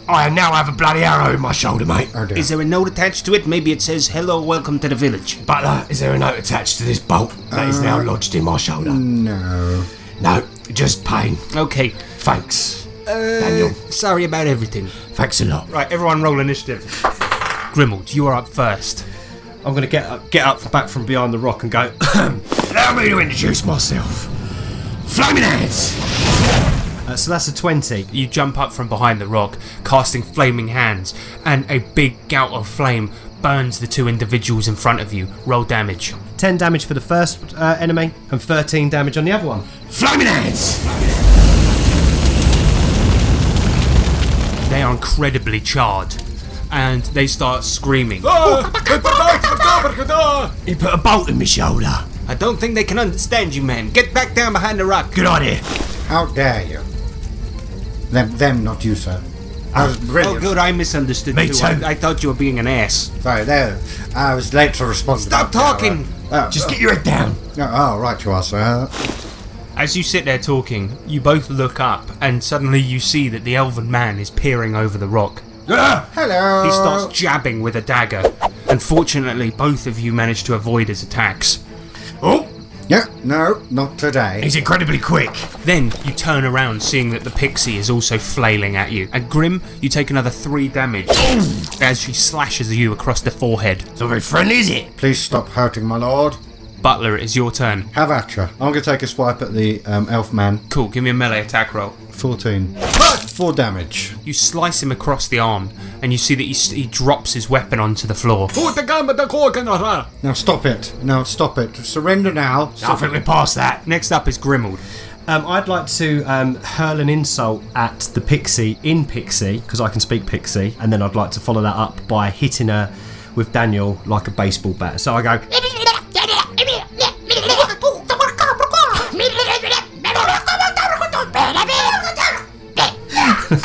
F: I now have a bloody arrow in my shoulder, mate.
E: Oh dear.
G: Is there a note attached to it? Maybe it says "Hello, welcome to the village."
F: Butler, is there a note attached to this bolt that is now lodged in my shoulder?
E: No.
F: No, just pain.
G: Okay.
F: Thanks, Daniel.
G: Sorry about everything.
F: Thanks a lot.
C: Right, everyone roll initiative. Grimmel, you are up first.
H: I'm going to get up, get up back from behind the rock and go.
F: Allow me to introduce myself. Flaming hands.
H: Uh, so that's a 20.
C: You jump up from behind the rock, casting flaming hands, and a big gout of flame burns the two individuals in front of you. Roll damage.
H: 10 damage for the first uh, enemy and 13 damage on the other one.
F: Flaming hands.
C: They are incredibly charred, and they start screaming.
F: He put a bolt in my shoulder.
G: I don't think they can understand you, man. Get back down behind the rock.
F: Good idea.
E: How dare you? Them, them, not you, sir. I was
G: Oh,
E: brilliant.
G: good. I misunderstood
F: Me
G: too.
F: too.
G: I, I thought you were being an ass.
E: Sorry, there. I was late to respond.
G: Stop
E: about the
G: talking.
E: hour. Oh,
F: Just get your head down.
E: oh, oh, right, you are, sir.
C: As you sit there talking, you both look up, and suddenly you see that the elven man is peering over the rock.
E: Hello.
C: He starts jabbing with a dagger. Unfortunately, both of you manage to avoid his attacks.
F: Oh,
E: Yeah, no, not today.
F: he's incredibly quick.
C: Then you turn around, seeing that the pixie is also flailing at you. And Grim, you take another three damage as she slashes you across the forehead.
F: It's not very friendly, is it?
E: Please stop hurting my lord.
C: Butler, it is your turn.
E: Have at ya. I'm going to take a swipe at the um, elf man.
C: Cool, give me a melee attack roll.
E: 14. Four damage.
C: You slice him across the arm, and you see that he, he drops his weapon onto the floor.
E: Now stop it. Now stop it. Surrender now.
F: I think we're past that.
C: Next up is Grimald.
H: Um, I'd like to um, hurl an insult at the pixie in pixie because I can speak pixie, and then I'd like to follow that up by hitting her with Daniel like a baseball bat. So I go,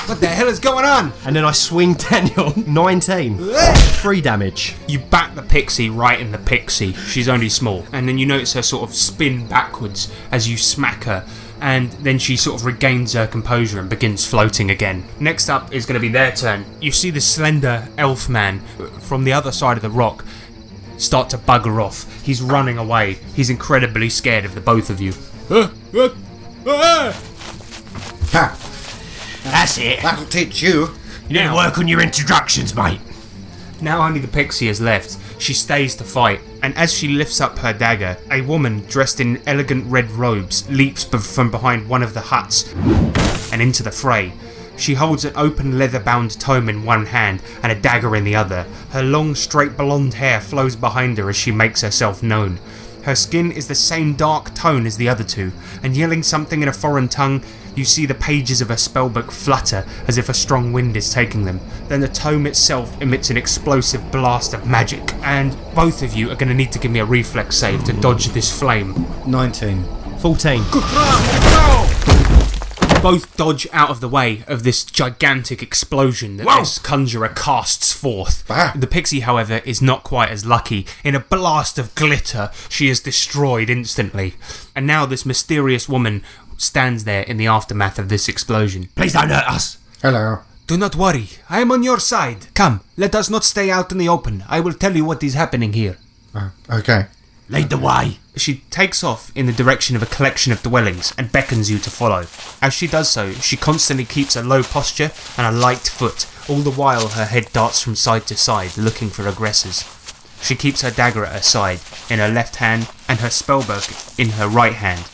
G: What the hell is going on?
H: and then I swing Daniel 19, three damage.
C: You bat the pixie right in the pixie. She's only small. And then you notice her sort of spin backwards as you smack her. And then she sort of regains her composure and begins floating again. Next up is going to be their turn. You see the slender elf man from the other side of the rock start to bugger off. He's running away. He's incredibly scared of the both of you.
E: Ha!
F: That's it.
E: That'll teach you.
F: You didn't work on your introductions, mate.
C: Now only the pixie is left. She stays to fight, and as she lifts up her dagger, a woman dressed in elegant red robes leaps b- from behind one of the huts and into the fray. She holds an open leather bound tome in one hand and a dagger in the other. Her long, straight blonde hair flows behind her as she makes herself known. Her skin is the same dark tone as the other two, and yelling something in a foreign tongue, you see the pages of her spellbook flutter as if a strong wind is taking them. Then the tome itself emits an explosive blast of magic, and both of you are going to need to give me a reflex save to dodge this flame.
E: 19.
H: 14.
C: both dodge out of the way of this gigantic explosion that
B: Whoa!
C: this conjurer casts forth. The pixie, however, is not quite as lucky. In a blast of glitter, she is destroyed instantly. And now this mysterious woman stands there in the aftermath of this explosion.
F: Please don't hurt us.
E: Hello.
C: Do not worry, I am on your side. Come, let us not stay out in the open. I will tell you what is happening here.
E: Okay.
F: Lead the way.
C: She takes off in the direction of a collection of dwellings and beckons you to follow. As she does so, she constantly keeps a low posture and a light foot, all the while her head darts from side to side looking for aggressors. She keeps her dagger at her side, in her left hand, and her spellbook in her right hand.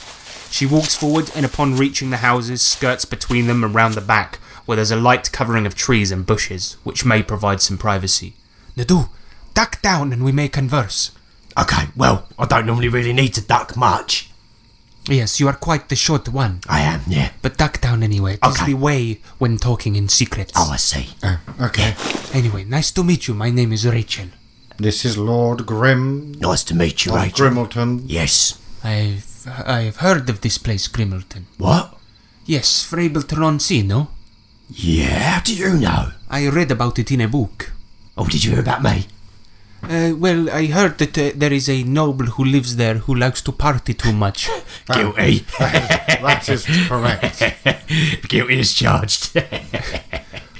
C: She walks forward and upon reaching the houses, skirts between them and round the back, where there's a light covering of trees and bushes, which may provide some privacy. Nadu, duck down and we may converse.
F: Okay, well, I don't normally really need to duck much.
C: Yes, you are quite the short one.
F: I am, yeah.
C: But duck down anyway. It's
F: Okay.
C: the way when talking in secrets.
F: Oh, I see.
E: Okay.
C: Anyway, nice to meet you. My name is Rachel.
E: This is Lord Grim
F: Nice to meet you,
E: of
F: Rachel.
E: Grimmleton.
F: Yes.
C: I've I've heard of this place, Grimmleton.
F: What?
C: Yes, Frableton on Sea, no?
F: Yeah, how do you know?
C: I read about it in a book.
F: Oh, did you hear about me?
C: Uh, well, I heard that uh, there is a noble who lives there who likes to party too much.
F: Guilty.
E: That is correct.
F: Guilty as charged.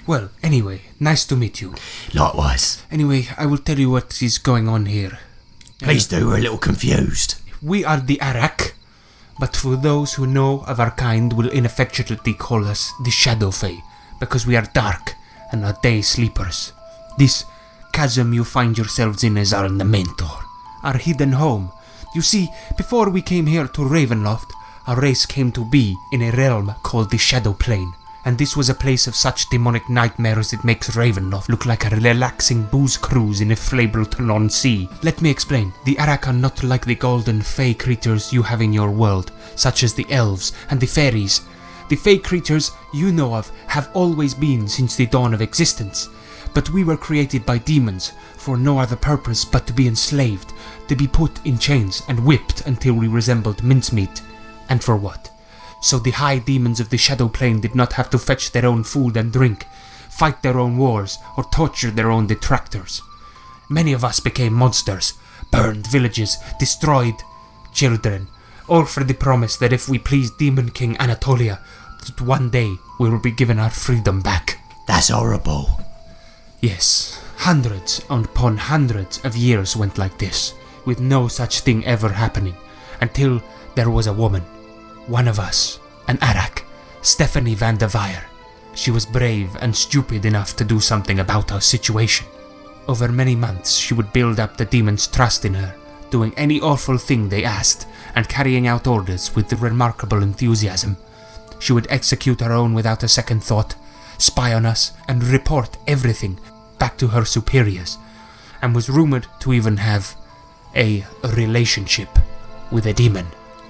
C: well, anyway, nice to meet you.
F: Likewise.
C: Anyway, I will tell you what is going on here.
F: Please do, we're a little confused.
C: We are the Arak, but for those who know of our kind will ineffectually call us the Shadow Fae, because we are dark and are day sleepers. This chasm you find yourselves in is our Mentor, our hidden home. You see, before we came here to Ravenloft, our race came to be in a realm called the Shadow Plane, and this was a place of such demonic nightmares it makes Ravenloft look like a relaxing booze cruise in a Flableton on sea. Let me explain. The Arak are not like the golden fey creatures you have in your world, such as the elves and the fairies. The fey creatures you know of have always been since the dawn of existence, but we were created by demons for no other purpose but to be enslaved, to be put in chains and whipped until we resembled mincemeat. And for what? So the high demons of the Shadow Plane did not have to fetch their own food and drink, fight their own wars, or torture their own detractors. Many of us became monsters, burned villages, destroyed children, all for the promise that if we pleased Demon King Anatolia, that one day we will be given our freedom back.
F: That's horrible.
C: Yes, hundreds and upon hundreds of years went like this, with no such thing ever happening, until there was a woman, one of us, an Arak, Stephanie van der Weyer. She was brave and stupid enough to do something about our situation. Over many months, she would build up the demons' trust in her, doing any awful thing they asked, and carrying out orders with remarkable enthusiasm. She would execute her own without a second thought, spy on us, and report everything back to her superiors, and was rumored to even have a relationship with a demon.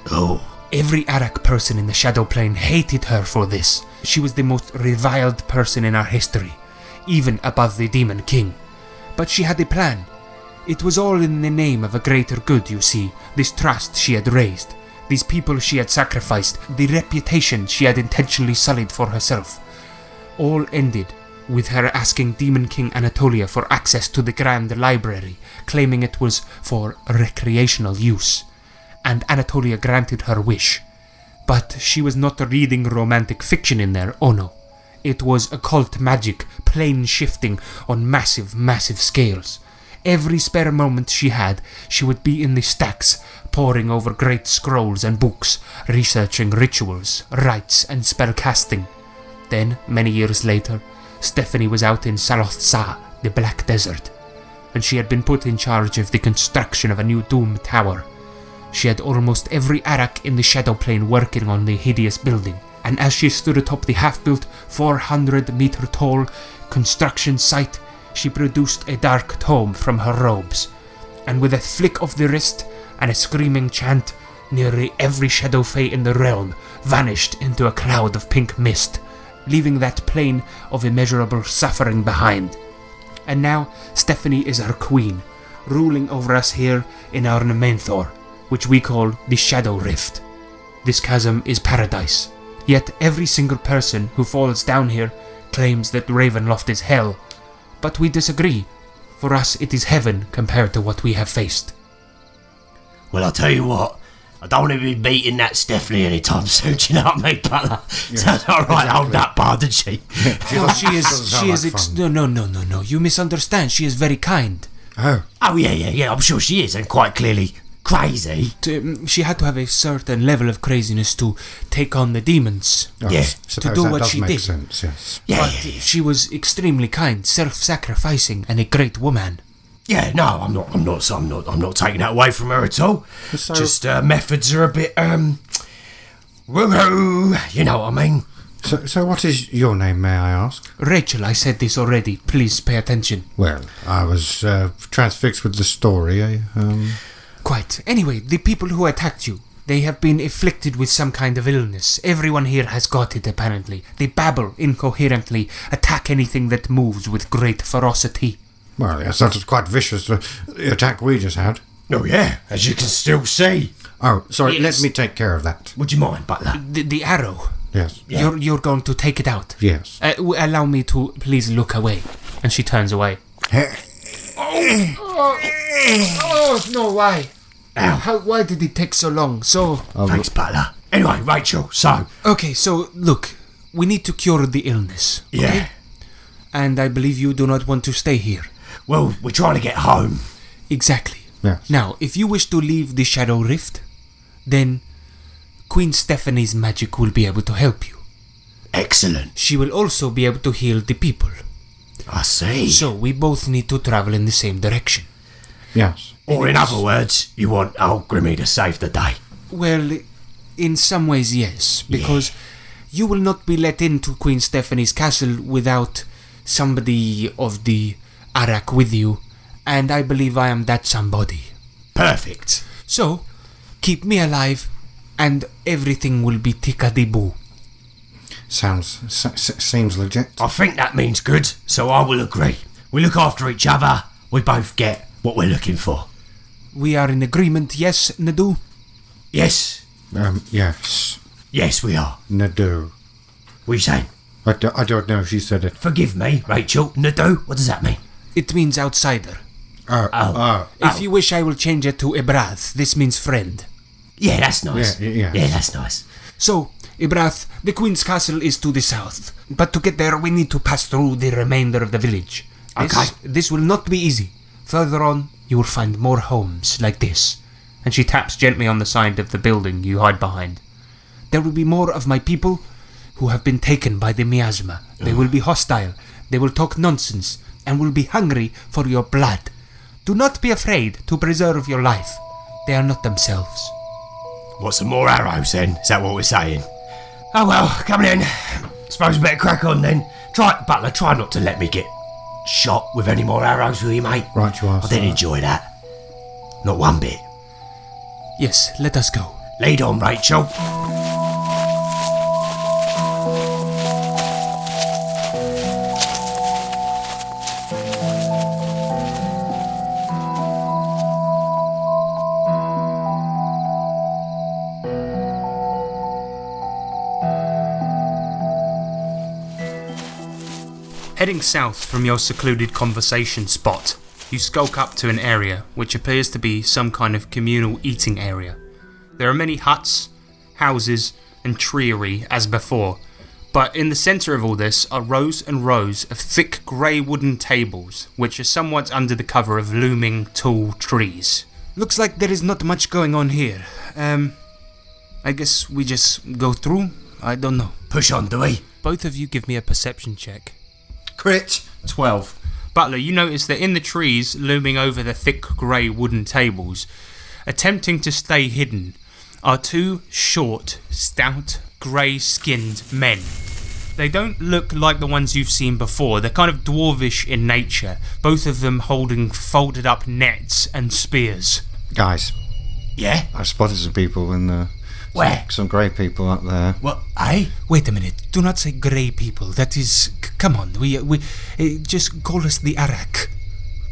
F: Oh,
C: Every Arak person in the Shadow Plane hated her for this. She was the most reviled person in our history, even above the Demon King. But she had a plan. It was all in the name of a greater good, you see, this trust she had raised, these people she had sacrificed, the reputation she had intentionally sullied for herself. All ended with her asking Demon King Anatolia for access to the Grand Library, claiming it was for recreational use and Anatolia granted her wish. But she was not reading romantic fiction in there, oh no. It was occult magic, plane shifting on massive, massive scales. Every spare moment she had, she would be in the stacks, poring over great scrolls and books, researching rituals, rites, and spellcasting. Then, many years later, Stephanie was out in Saloth Sa, the Black Desert, and she had been put in charge of the construction of a new Doom Tower. She had almost every Arak in the Shadow Plane working on the hideous building, and as she stood atop the half built, 400 meter tall construction site, she produced a dark tome from her robes. And with a flick of the wrist and a screaming chant, nearly every Shadow Fae in the realm vanished into a cloud of pink mist, leaving that plane of immeasurable suffering behind. And now Stephanie is our queen, ruling over us here in our Nementhor, which we call the Shadow Rift. This chasm is paradise, Yet every single person who falls down here claims that Ravenloft is hell. But we disagree. For us, it is heaven compared to what we have faced.
F: Well, I'll tell you what. I don't want to be beating that Stephanie anytime soon. Do you know what I mean, brother? Sounds all right, old nut bar, did she?
C: she is. She is. Ex- no, no, no, no, no. You misunderstand. She is very kind.
F: oh, yeah, yeah, yeah. I'm sure she is, and quite clearly crazy.
C: Um, she had to have a certain level of craziness to take on the demons.
E: Oh,
F: Yeah,
E: s-
F: to
E: suppose
C: do
E: that
C: what
E: does
C: she
E: make
C: did.
E: sense. Yes.
F: Yeah,
C: but
F: yeah, yeah.
C: she was extremely kind, self-sacrificing, and a great woman.
F: Yeah, no, I'm not. I'm not. I'm not. I'm not taking that away from her at all. Just uh, methods are a bit um, woo You know what I mean?
E: So, so what is your name, may I ask?
C: Rachel, I said this already. Please pay attention.
E: Well, I was uh, transfixed with the story. eh? Um,
C: Quite. Anyway, the people who attacked you, they have been afflicted with some kind of illness. Everyone here has got it, apparently. They babble incoherently, attack anything that moves with great ferocity.
E: well, yes, that was quite vicious. The the attack we just had.
F: Oh yeah, as you can still see.
E: Oh, sorry.
C: Yes.
E: Let me take care of that.
F: Would you mind, Butler?
C: The, the arrow.
E: Yes.
C: You're, you're going to take it out.
E: Yes.
C: Uh, w- allow me to please look away. And she turns away. oh, no, why? How, why did it take so long? So.
F: Thanks, Butler. Anyway, Rachel. So
C: Okay, so look, we need to cure the illness.
F: yeah,
C: And I believe you do not want to stay here.
F: well, we're trying to get home.
C: Exactly.
E: Yes.
C: Now, if you wish to leave the Shadow Rift, then Queen Stephanie's magic will be able to help you.
F: Excellent.
C: She will also be able to heal the people.
F: I see.
C: So we both need to travel in the same direction.
E: Yes.
F: or in other words, you want old Grimmy to save the day.
C: Well, in some ways, yes, because you will not be let into Queen Stephanie's castle without somebody of the Arak with you, and I believe I am that somebody.
F: Perfect.
C: So, keep me alive, and everything will be tickety boo.
E: Sounds s- s- seems legit.
F: I think that means good. So I will agree. We look after each other. We both get what we're looking for.
C: We are in agreement, yes, Nadu?
F: Yes.
E: Um, yes.
F: Yes, we are.
E: Nadu.
F: What are you saying?
E: I, do, I don't know if she said it.
F: Forgive me, Rachel. Nadu, what does that mean?
C: It means outsider.
E: Oh.
F: Oh.
E: Oh.
C: If you wish, I will change it to Ebrath. This means friend.
F: Yeah, that's nice.
E: Yeah, yeah, yeah.
F: that's nice.
C: So, Ibrath, the Queen's castle is to the south, but to get there we need to pass through the remainder of the village. This,
F: Okay.
C: This will not be easy. Further on, you will find more homes like this. And she taps gently on the side of the building you hide behind. There will be more of my people who have been taken by the miasma. They will be hostile, they will talk nonsense, and will be hungry for your blood. Do not be afraid to preserve your life. They are not themselves.
F: What, some more arrows then? Is that what we're saying? Oh well, come on in. Suppose we better crack on then. Try, Butler, try not to let me get shot with any more arrows, will you, mate?
E: Right, you are,
F: I did
E: sir.
F: enjoy that. Not one bit.
C: Yes, let us go.
F: Lead on, Rachel.
C: Heading south from your secluded conversation spot, you skulk up to an area which appears to be some kind of communal eating area. There are many huts, houses, and treery as before, but in the centre of all this are rows and rows of thick grey wooden tables, which are somewhat under the cover of looming tall trees. Looks like there is not much going on here. Um, I guess we just go through? I don't know.
F: Push on, do we?
C: Both of you give me a perception check.
H: Crit. 12.
C: Butler, you notice that in the trees, looming over the thick grey wooden tables, attempting to stay hidden, are two short, stout, grey skinned men. They don't look like the ones you've seen before. They're kind of dwarvish in nature, both of them holding folded up nets and spears.
E: Guys,
F: Yeah.
E: I spotted some people in the
F: Where?
E: some grey people up there.
F: What? Eh?
C: Wait a minute, do not say grey people. That is. c- Come on, we. we uh, just call us the Arak.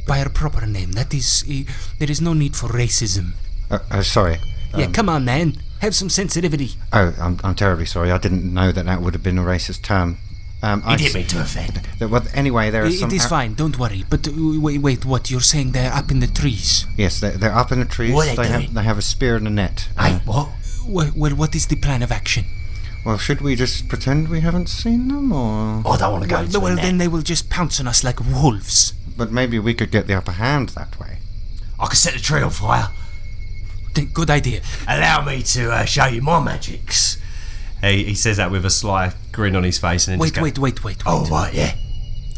C: By our proper name. That is. Uh, there is no need for racism.
E: Uh, uh, sorry.
C: yeah, come on, man.
G: Have some sensitivity.
E: Oh, I'm, I'm terribly sorry. I didn't know that that would have been a racist term. Um, I
F: He didn't
E: s-
F: mean to offend.
E: that- Well, anyway, there are
G: It-
E: some. uh,
G: it is
E: out-
G: fine, don't worry. But uh, wait, wait, what? You're saying they're up in the trees?
E: Yes, they're, they're up in the trees.
F: What are they
E: have
F: doing?
E: they have a spear and a net.
F: Hey, what?
G: Well, well, what is the plan of action?
E: Well, should we just pretend we haven't seen them, or?
F: I don't want to go into
G: Well,
F: the
G: well
F: net.
G: then they will just pounce on us like wolves.
E: But maybe we could get the upper hand that way.
F: I can set the tree on fire.
G: Th- Good idea.
F: Allow me to uh, show you my magics.
H: He, he says that with a sly grin on his face and then just
G: Wait,
H: go,
G: wait, wait, wait.
F: Oh, right, yeah.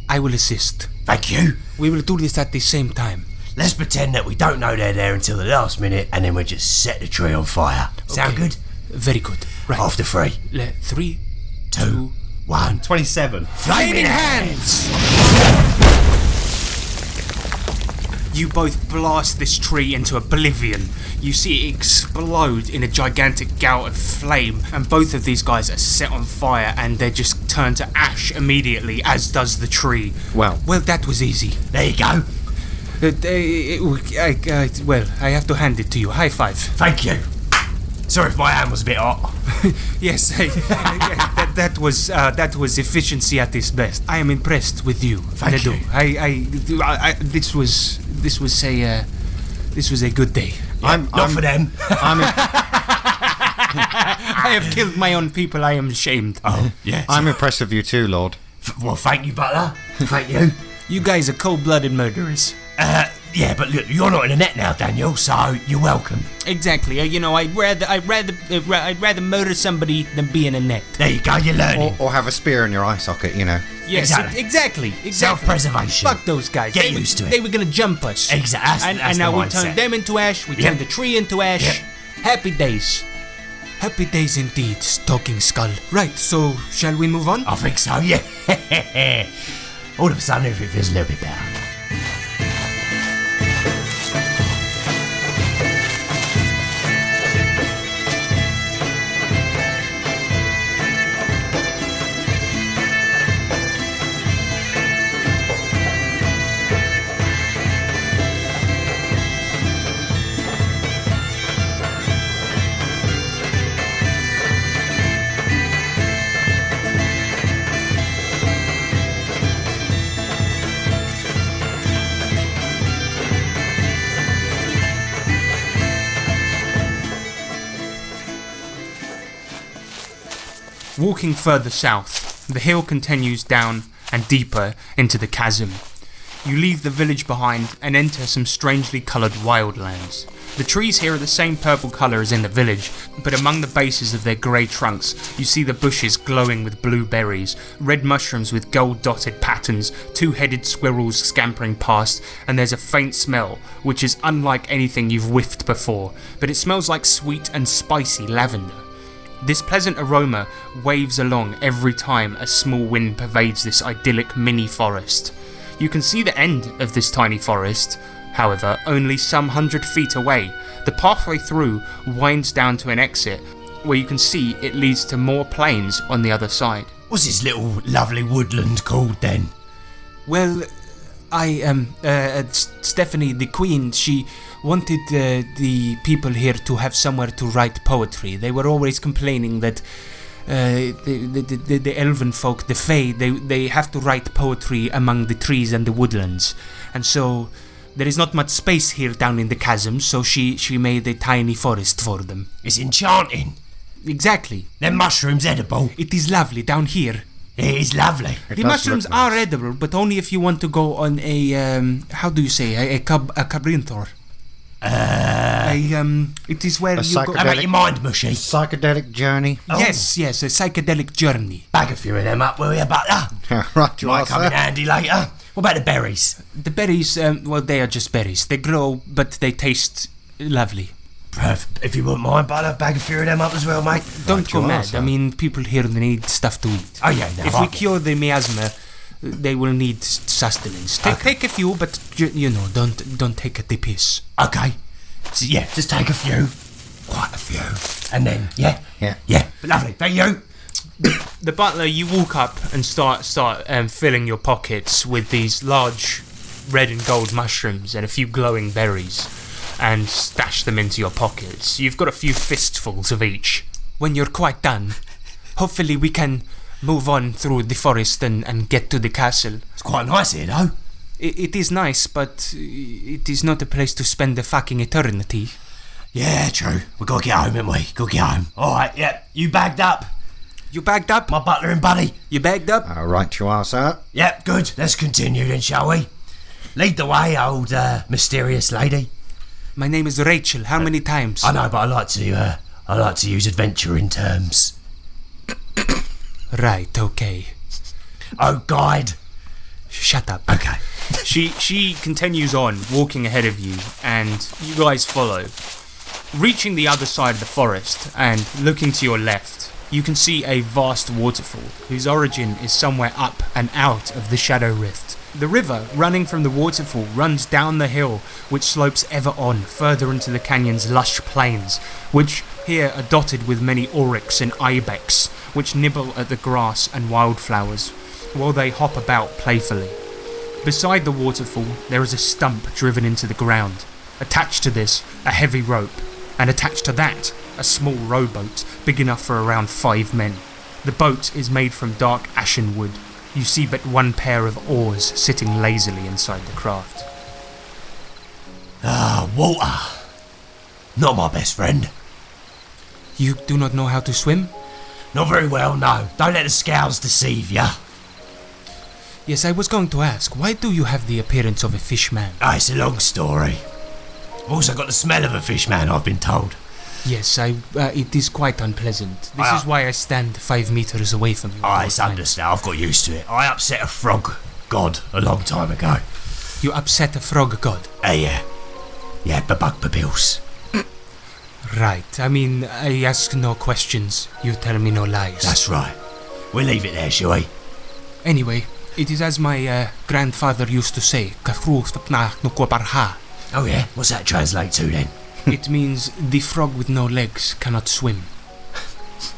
G: I will assist.
F: Thank you.
G: We will do this at the same time.
F: Let's pretend that we don't know they're there until the last minute, and then we just set the tree on fire. Sound
G: Okay.
F: good?
G: Very good. Right.
F: After three,
G: Le- three,
F: two, one.
H: 27.
F: Flaming hands!
C: You both blast this tree into oblivion. You see it explode in a gigantic gout of flame, and both of these guys are set on fire and they're just turned to ash immediately, as does the tree.
E: Well,
G: Well, that was easy.
F: There you go.
G: Uh, d- uh, I, I, well, I have to hand it to you. High five.
F: Thank you. Sorry if my hand was a bit hot.
G: Yes, I, that, that was uh, that was efficiency at its best. I am impressed with you,
F: Thank
G: Ledoux.
F: you.
G: I, I, I, I, this was this was a uh, this was a good day.
E: I'm,
F: Not
E: I'm,
F: for them.
E: I'm, I'm,
G: I have killed my own people. I am ashamed.
F: Oh, yeah.
E: impressed with you too, Lord.
F: F- well, thank you, Butler. Thank you.
G: You guys are cold-blooded murderers.
F: Uh, yeah, but look, you're not in the net now, Daniel, so you're welcome.
G: Exactly. Uh, You know, I'd rather I'd rather uh, ra- I'd rather murder somebody than be in a net.
F: There you go, you're learning.
E: Or, or have a spear in your eye socket, you know.
G: Yes,
F: Exactly.
G: e- exactly. Exactly.
F: Self-preservation.
G: Fuck those guys.
F: Get
G: they were-
F: used to it.
G: They were gonna jump us.
F: Exactly. That's,
G: And,
F: that's
G: and now
F: the
G: we
F: mindset.
G: turned them into ash. We
F: Yep.
G: turned the tree into ash.
F: Yep.
G: Happy days. Happy days indeed, Stalking Skull. Right. So, shall we move on?
F: I think so, yeah. All of a sudden, everything feels a little bit better.
C: Walking further south, the hill continues down and deeper into the chasm. You leave the village behind and enter some strangely coloured wildlands. The trees here are the same purple colour as in the village, but among the bases of their grey trunks, you see the bushes glowing with blue berries, red mushrooms with gold dotted patterns, two headed squirrels scampering past, and there's a faint smell, which is unlike anything you've whiffed before, but it smells like sweet and spicy lavender. This pleasant aroma waves along every time a small wind pervades this idyllic mini forest. You can see the end of this tiny forest, however, only some hundred feet away. The pathway through winds down to an exit where you can see it leads to more plains on the other side.
F: What's this little lovely woodland called then?
G: Well, I um uh, uh, S- Stephanie the Queen. She wanted uh, the people here to have somewhere to write poetry. They were always complaining that. Uh, the, the, the- the, the elven folk, the fae, they, they have to write poetry among the trees and the woodlands. And so there is not much space here down in the chasm, so she, she made a tiny forest for them.
F: It's enchanting.
G: Exactly.
F: Them mushrooms edible.
G: It is lovely down here.
F: It is lovely.
E: It
G: The
E: does
G: mushrooms
E: look nice.
G: are edible, but only if you want to go on a um, how do you say a a, cab- a cabrinthor.
E: Uh,
G: a, um, it is where
E: A
G: you go. Uh,
E: psychedelic-
F: How about your mind mushy?
E: Psychedelic journey.
G: Yes, yes, a psychedelic journey.
F: Bag a few of them up, will you, Butler?
E: right, you are,
F: Might come in
E: sir.
F: handy later. What about the berries?
G: The berries, um, well, they are just berries. They grow, but they taste lovely.
F: Bruv, if you wouldn't mind, Butler, bag a few of them up as well, mate.
G: Don't
E: you
G: go
E: are,
G: mad.
E: sir.
G: I mean, people here need stuff to eat.
F: Oh, yeah, no,
G: if
F: I
G: we
F: get
G: cure the miasma, they will need s- sustenance. Take,
F: Okay.
G: take a few, but you, you know, don't don't take the piss.
F: Okay. So, yeah, just take a few. Quite a few. And then, yeah.
E: Yeah.
F: Yeah. But lovely. Thank you.
C: The butler, you walk up and start start um, filling your pockets with these large red and gold mushrooms and a few glowing berries. and stash them into your pockets. You've got a few fistfuls of each. When you're quite done, hopefully we can move on through the forest and, and get to the castle.
F: It's quite nice here, though.
C: It, it is nice, but it is not a place to spend a fucking eternity.
F: Yeah, true. We gotta get home, haven't we? Gotta get home. All right. Yep. You bagged up.
C: You bagged up?
F: My butler and buddy.
C: You bagged up?
E: All Uh, right, you are, sir.
F: Yep. Good. Let's continue then, shall we? Lead the way, old uh, mysterious lady.
C: My name is Rachel. How many times?
F: I know, but I like to. Uh, I like to use adventuring terms.
C: Right, okay.
F: Oh, guide.
C: Shut up.
F: Okay.
C: she she continues on walking ahead of you and you guys follow reaching the other side of the forest and looking to your left you can see a vast waterfall whose origin is somewhere up and out of the shadow rift the river running from the waterfall runs down the hill which slopes ever on further into the canyon's lush plains which here are dotted with many oryx and ibex which nibble at the grass and wildflowers while they hop about playfully Beside the waterfall, there is a stump driven into the ground. Attached to this, a heavy rope, and attached to that, a small rowboat big enough for around five men. The boat is made from dark ashen wood. You see but one pair of oars sitting lazily inside the craft.
F: Ah, water. Not my best friend.
C: You do not know how to swim?
F: Not very well, no. Don't let the scowls deceive you.
C: Yes, I was going to ask, why do you have the appearance of a fishman?
F: Ah, it's a long story. I've also got the smell of a fish man, I've been told.
C: Yes, I. Uh, it is quite unpleasant. This
F: I-
C: is why I stand five meters away from you. at
F: Ah,
C: all
F: it's
C: times.
F: understand. I've got used to it. I upset a frog god a long time ago.
C: You upset a frog god.
F: Ah, yeah. Yeah, babug babills.
C: Right. I mean, I ask no questions. You tell me no lies.
F: That's right. We'll leave it there, shall we?
C: Anyway, it is as my uh, grandfather used to say, "Kafru stapnach no koparha."
F: Oh, yeah. What's that translate to then?
C: It means the frog with no legs cannot swim.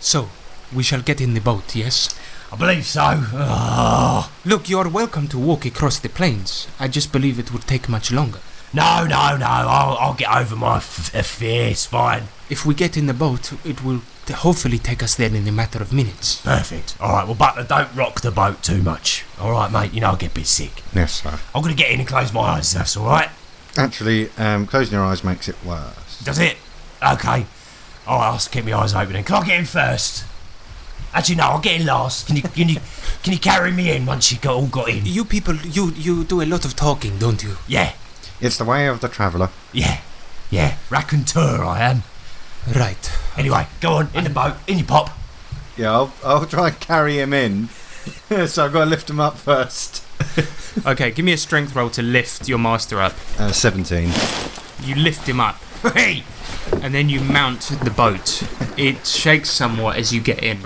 C: so, we shall get in the boat, yes?
F: I believe so. Ah.
C: Look, you are welcome to walk across the plains. I just believe it would take much longer.
F: No, no, no. I'll, I'll get over my f- f- fear. It's fine.
C: If we get in the boat, it will t- hopefully take us there in a matter of minutes.
F: Perfect. All right. Well, Butler, don't rock the boat too much. All right, mate. You know I'll get a bit sick.
E: Yes, sir.
F: I'm gonna get in and close my eyes. if That's all right.
E: Actually, um, closing your eyes makes it worse.
F: Does it? Okay. All right. I'll keep my eyes open. Then. Can I get in first? Actually, no. I'll get in last. Can you? Can you? can you carry me in once you got all got in?
C: You people, you you do a lot of talking, don't you?
F: Yeah.
E: It's the way of the traveller.
F: Yeah. Yeah. Raconteur, I am.
C: Right.
F: Anyway, go on. In the boat. In your pop.
E: Yeah, I'll, I'll try and carry him in. so I've got to lift him up first.
C: Okay, give me a strength roll to lift your master up.
E: Uh, 17.
C: You lift him up. Hey! And then you mount the boat. It shakes somewhat as you get in.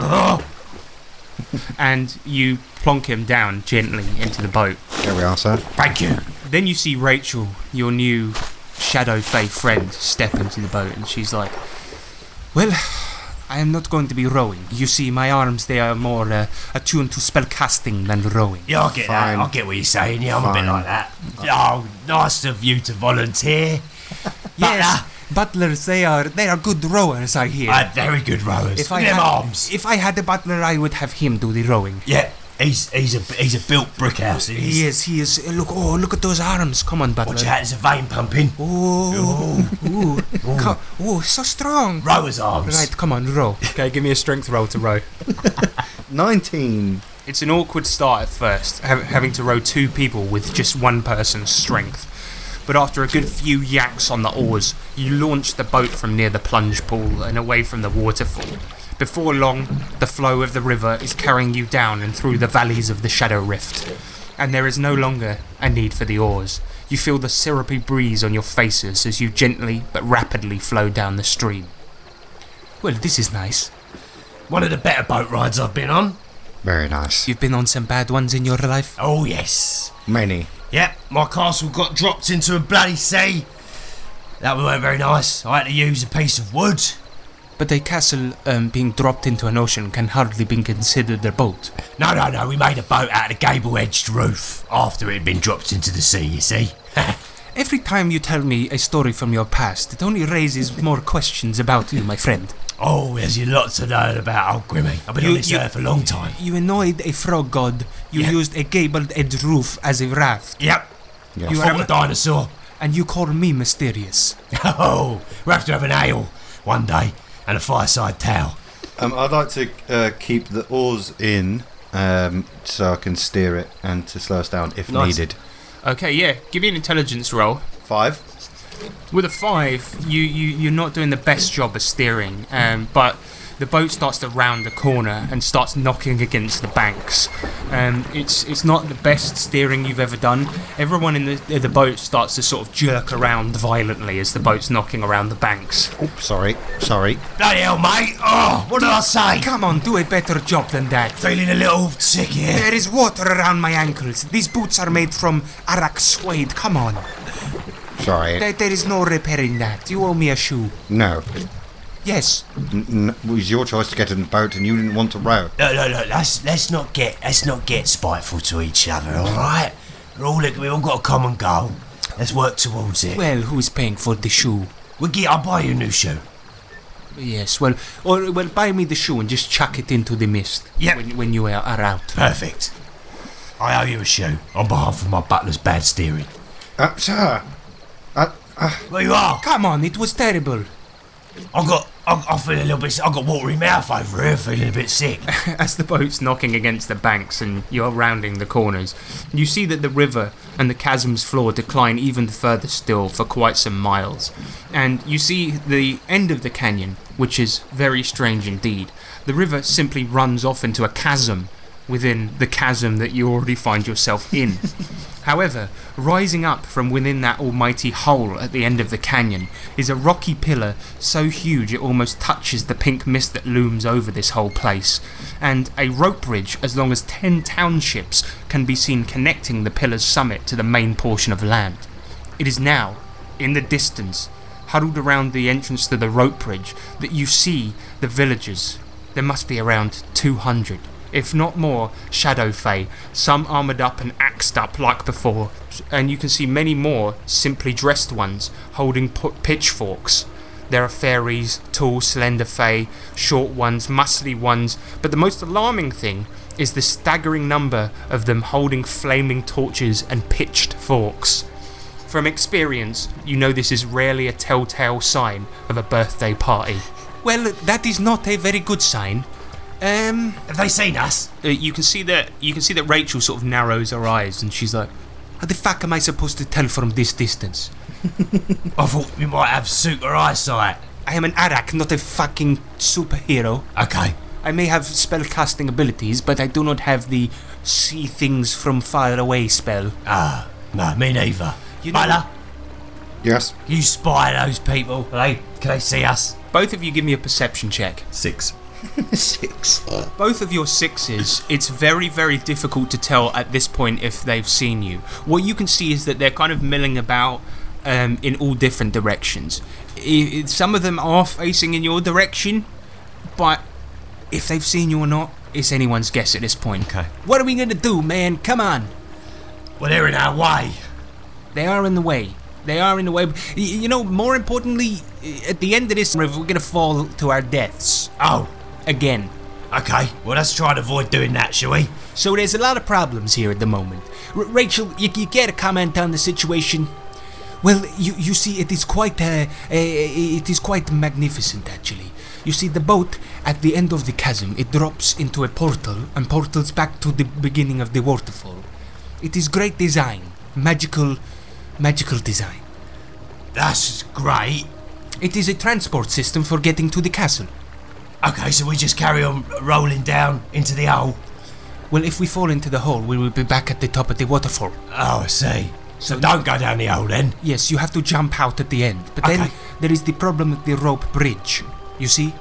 C: and you plonk him down gently into the boat.
E: Here we are, sir.
F: Thank you.
C: Then you see Rachel, your new shadow fae friend, step into the boat, and she's like, Well, I am not going to be rowing. You see, my arms, they are more uh, attuned to spellcasting than rowing.
F: Yeah, I get
E: Fine.
F: that. I get what you're saying. Yeah, I'm a
E: Fine.
F: bit like that. Oh, nice of you to volunteer.
C: Yes, butlers, they are, they are good rowers, I hear.
F: I had very good rowers. If I them
C: had,
F: arms.
C: If I had a butler, I would have him do the rowing.
F: yeah, he's he's a he's a built brick house. He's,
C: He is, he is. Look, oh, look at those arms. Come on, butler.
F: Watch out, there's a vein pumping.
C: Oh, ooh, co- ooh, so strong.
F: Rowers arms.
C: Right, come on, row. Okay, give me a strength roll to row.
E: 19.
C: It's an awkward start at first, ha- having to row two people with just one person's strength. But after a good few yaks on the oars, you launch the boat from near the plunge pool and away from the waterfall. Before long, the flow of the river is carrying you down and through the valleys of the Shadow Rift, and there is no longer a need for the oars. You feel the syrupy breeze on your faces as you gently but rapidly flow down the stream. Well, this is nice.
F: One of the better boat rides I've been on.
E: Very nice.
C: You've been on some bad ones in your life.
F: Oh yes.
E: Many.
F: Yep, my castle got dropped into a bloody sea. That weren't very nice. I had to use a piece of wood.
C: But a castle um, being dropped into an ocean can hardly be considered a boat.
F: No, no, no. We made a boat out of the gable-edged roof after it had been dropped into the sea. You see.
G: Every time you tell me a story from your past, it only raises more questions about you, my friend.
F: Oh, there's a lot to know about old Grimmy. I've been
G: You-
F: on this
G: you-
F: earth a long time.
G: You annoyed a frog god. You
F: Yeah.
G: used a gabled edge roof as a raft.
F: Yep.
E: Yeah.
G: You
F: You
G: are
F: fought
G: a-
F: a dinosaur.
G: And you call me mysterious.
F: Oh, we'll have to have an ale one day and a fireside towel.
E: Um, I'd like to uh, keep the oars in um, so I can steer it and to slow us down if
G: Nice.
E: needed.
C: Okay, yeah. Give me an intelligence roll.
E: Five.
C: With a five, you, you you're not doing the best job of steering, um, but the boat starts to round the corner and starts knocking against the banks. Um, it's it's not the best steering you've ever done. Everyone in the in the boat starts to sort of jerk around violently as the boat's knocking around the banks.
E: Oh, sorry, sorry.
F: Bloody hell, mate. Oh, what did I say?
G: Come on, do a better job than that.
F: Feeling a little sick here.
G: There is water around my ankles. These boots are made from arak suede. Come on.
E: Sorry.
G: There, there is no repairing that. You owe me a shoe.
E: No.
G: Yes.
E: N- it was your choice to get in the boat and you didn't want to row.
F: Look, look, look. Let's let's not get let's not get spiteful to each other. All right. We're all we all got a common goal. Let's work towards it.
G: Well, who's paying for the shoe?
F: We'll get. I'll buy you a new shoe.
G: Yes, well, or well, buy me the shoe and just chuck it into the mist.
F: Yep.
G: When, when you are, are out.
F: Perfect. I owe you a shoe on behalf of my butler's bad steering.
E: Uh, sir,
F: Well, you are.
G: Come on, it was terrible.
F: I got. I, I feel a little bit. I got watery mouth over here. Feeling a bit sick.
C: As the boat's knocking against the banks and you're rounding the corners, you see that the river and the chasm's floor decline even further still for quite some miles. And you see the end of the canyon, which is very strange indeed. The river simply runs off into a chasm within the chasm that you already find yourself in. However, rising up from within that almighty hole at the end of the canyon is a rocky pillar so huge it almost touches the pink mist that looms over this whole place, and a rope bridge as long as ten townships can be seen connecting the pillar's summit to the main portion of land. It is now, in the distance, huddled around the entrance to the rope bridge, that you see the villagers. There must be around 200, if not more, Shadow Fae, some armoured up and axed up like before, and you can see many more simply dressed ones holding pu- pitchforks. There are fairies, tall, slender fae, short ones, muscly ones, but the most alarming thing is the staggering number of them holding flaming torches and pitched forks. From experience, you know this is rarely a telltale sign of a birthday party.
G: Well, that is not a very good sign. Um,
F: Have they seen us?
C: Uh, you can see that you can see that Rachel sort of narrows her eyes and she's like,
G: how the fuck am I supposed to tell from this distance?
F: I thought we might have super eyesight.
G: I am an arak, not a fucking superhero.
F: Okay.
G: I may have spellcasting abilities, but I do not have the see things from far away spell.
F: Ah, no, me neither.
G: You know-
F: Butler,
E: yes.
F: you spy those people. They can they see us?
C: "Both of you give me a perception check."
I: Six.
C: both of your sixes, it's very, very difficult to tell at this point if they've seen you. What you can see is that they're kind of milling about um, in all different directions. I- I- some of them are facing in your direction, but if they've seen you or not, it's anyone's guess at this point.
F: Okay.
G: What are we gonna do, man? Come on.
F: Well, they're in our way.
G: They are in the way. They are in the way. Y- You know, more importantly, at the end of this, we're gonna fall to our deaths
F: Oh,
G: again.
F: okay. Well, let's try and avoid doing that, shall we?
G: So there's a lot of problems here at the moment. R- Rachel, you, you get a comment on the situation. Well, you, you see, it is quite uh, uh, it is quite magnificent actually. You see, the boat at the end of the chasm it drops into a portal and portals back to the beginning of the waterfall. It is great design, magical, magical design.
F: That's great.
G: It is a transport system for getting to the castle.
F: Okay, so we just carry on rolling down into the hole.
G: Well, if we fall into the hole, we will be back at the top of the waterfall.
F: Oh, I see. So don't go down the hole then.
G: Yes, you have to jump out at the end. But then
F: Okay.
G: there is the problem of the rope bridge. You see?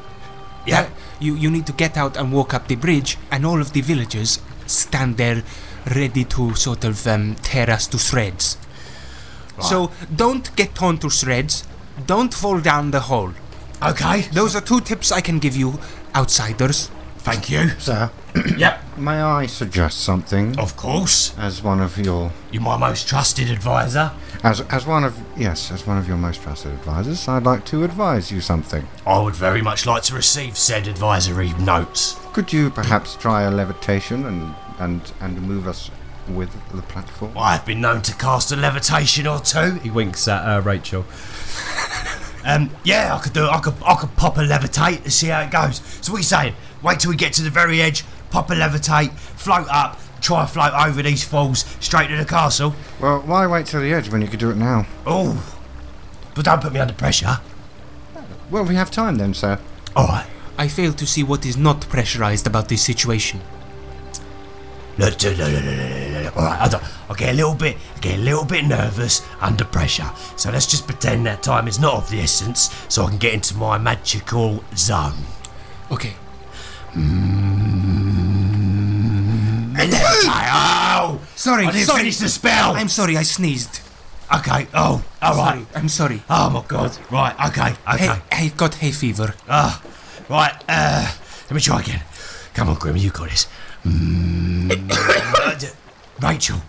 F: Yeah.
G: That- you, you need to get out and walk up the bridge, and all of the villagers stand there ready to sort of um, tear us to shreds. So don't get torn to shreds. Don't fall down the hole.
F: Okay.
G: Those are two tips I can give you, outsiders.
F: Thank you.
E: Sir,
F: yep.
E: may I suggest something
F: Of course.
E: as one of your
F: You're my most trusted advisor.
E: as as one of yes, as one of your most trusted advisors, I'd like to advise you something.
F: I would very much like to receive said advisory notes.
E: Could you perhaps try a levitation and and and move us with the platform?
F: I have been known to cast a levitation or two.
G: He winks at uh, Rachel.
F: Um, yeah, I could do it. I could, I could pop a levitate and see how it goes. So what are you saying? Wait till we get to the very edge, pop a levitate, float up, try and float over these falls straight to the castle.
E: Well, why wait till the edge when you could do it now?
F: Oh, but don't put me under pressure.
E: Well, we have time then, sir.
F: All right,
C: I fail to see what is not pressurized about this situation.
F: look, look, look, look, look, look, look. all right. I, don't- I get a little bit, I get a little bit nervous under pressure. So let's just pretend that time is not of the essence, so I can get into my magical zone.
C: Okay.
F: oh,
C: Sorry,
F: I didn't
C: sorry.
F: finish the spell.
C: I'm sorry, I sneezed.
F: Okay. Oh, all right.
C: Sorry, I'm sorry.
F: Oh my god. Right, okay, okay.
C: Hey, I got hay fever.
F: Ah, right, uh, let me try again. Come on, Grimmy, you got this. Mm. Rachel,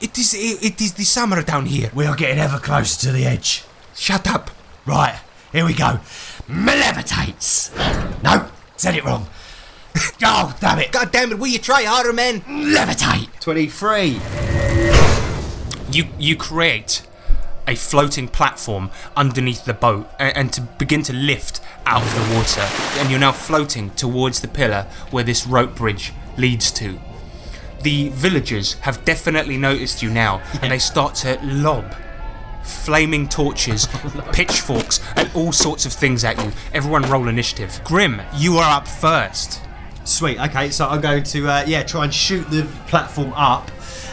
C: It is it, it is the summer down here.
F: we are getting ever closer to the edge.
C: Shut up.
F: Right, here we go. Levitates. Nope, said it wrong. oh, damn it.
C: God damn it, will you try harder, man?
F: Levitate.
G: 23!
C: you you create a floating platform underneath the boat and, and to begin to lift out of the water and you're now floating towards the pillar where this rope bridge leads to the villagers have definitely noticed you now and they start to lob flaming torches pitchforks and all sorts of things at you everyone roll initiative grim you are up first
G: Sweet. Okay, so I'm going to uh, yeah try and shoot the platform up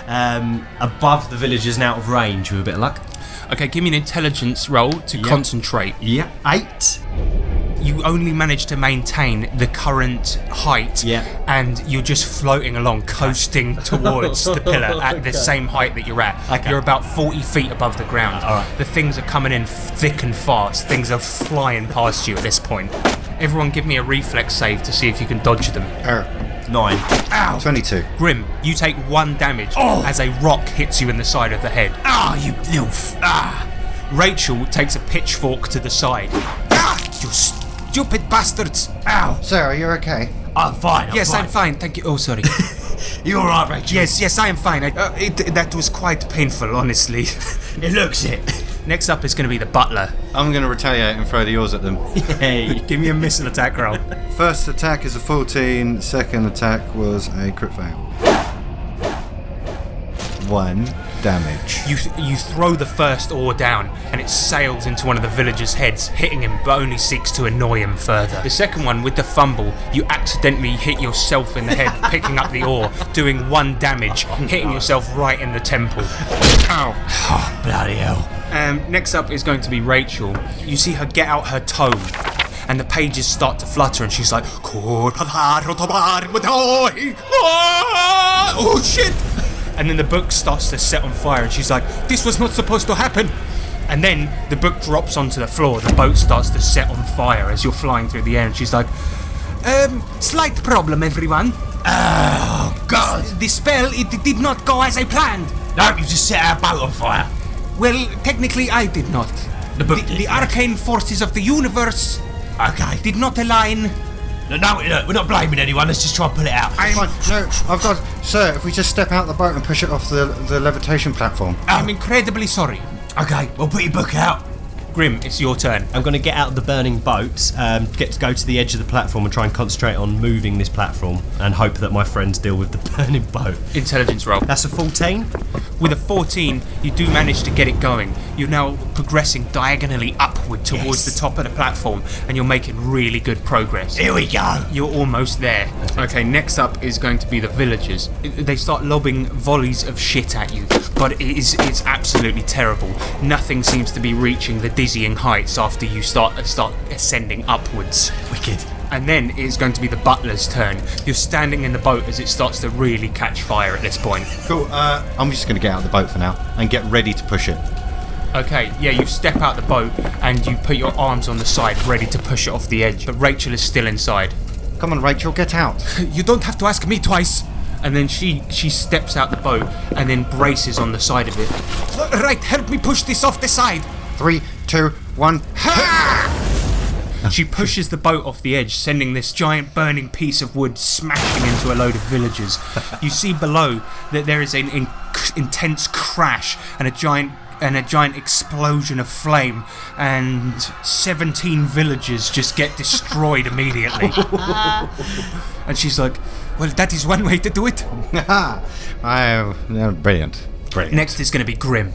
G: um, above the villagers and out of range with a bit of luck.
C: okay give me an intelligence roll to concentrate
G: Yeah, eight.
C: you only manage to maintain the current height
G: Yeah.
C: and you're just floating along coasting towards the pillar at the same height that you're at
G: Okay.
C: you're about 40 feet above the ground all right. the things are coming in thick and fast things are flying past you at this point everyone give me a reflex save to see if you can dodge them
E: Er,
G: Nine.
E: twenty-two.
C: grim you take one damage as a rock hits you in the side of the head
F: Ah, you little f-
C: ah rachel takes a pitchfork to the side ah you stupid bastards
F: Ow.
E: Sir, are you okay?
F: I'm fine. I'm
C: yes
F: fine.
C: i'm fine thank you oh sorry
F: You alright, Rachel?
C: Yes, yes, I am fine. I, uh, it, that was quite painful, honestly.
F: It looks it.
C: Next up is going to be the butler.
E: I'm going to retaliate and throw the oars at them.
G: Hey.
C: Give me a missile attack roll.
E: First attack is a 14, second attack was a crit fail. One damage.
C: You you throw the first oar down, and it sails into one of the villagers' heads, hitting him, but only seeks to annoy him further. The second one, with the fumble, you accidentally hit yourself in the head, picking up the oar, doing one damage, hitting yourself right in the temple. Ow.
F: Bloody hell.
C: Um, next up is going to be Rachel. You see her get out her tome, and the pages start to flutter, and she's like, "Oh shit!" And then the book starts to set on fire, and she's like, "This was not supposed to happen." And then the book drops onto the floor. The boat starts to set on fire as you're flying through the air, and she's like, "Um, slight problem, everyone.
F: Oh, God.
C: The spell it did not go as I planned."
F: No, you just set our boat on fire.
C: Well, technically, I did not. The,
F: book
C: the,
F: did, yes.
C: arcane forces of the universe
F: Okay.
C: did not align.
F: No, no, look, we're not blaming anyone. Let's just try and pull it out.
E: Come on, no, I've got. Sir, if we just step out the boat and push it off the, the levitation platform.
C: I'm incredibly sorry.
F: Okay, well, put your book out.
C: Grim, it's your turn. Oh,
G: I'm going to get out of the burning boat, um, get to go to the edge of the platform and try and concentrate on moving this platform and hope that my friends deal with the burning boat.
C: Intelligence roll.
G: That's a 14.
C: With a 14, you do manage to get it going. You're now progressing diagonally upward towards
F: Yes.
C: the top of the platform, and you're making really good progress.
F: Here we go.
C: You're almost there. Okay, next up is going to be the villagers. I- They start lobbing volleys of shit at you, but it is it's absolutely terrible. Nothing seems to be reaching the dizzying heights after you start start ascending upwards.
F: Wicked.
C: And then it's going to be the butler's turn. You're standing in the boat as it starts to really catch fire at this point.
E: Cool, uh, I'm just going to get out of the boat for now and get ready to push it.
C: Okay, yeah, you step out the boat and you put your arms on the side ready to push it off the edge, but Rachel is still inside.
E: Come on, Rachel, get out.
C: You don't have to ask me twice. And then she she steps out the boat and then braces on the side of it. Right, help me push this off the side.
E: Three, two, one.
C: She pushes the boat off the edge, sending this giant burning piece of wood smashing into a load of villagers. You see below that there is an in- intense crash and a giant and a giant explosion of flame, and 17 villagers just get destroyed immediately. and she's like, "Well, that is one way to do it."
E: I, yeah, brilliant. Brilliant.
C: Next is going to be grim.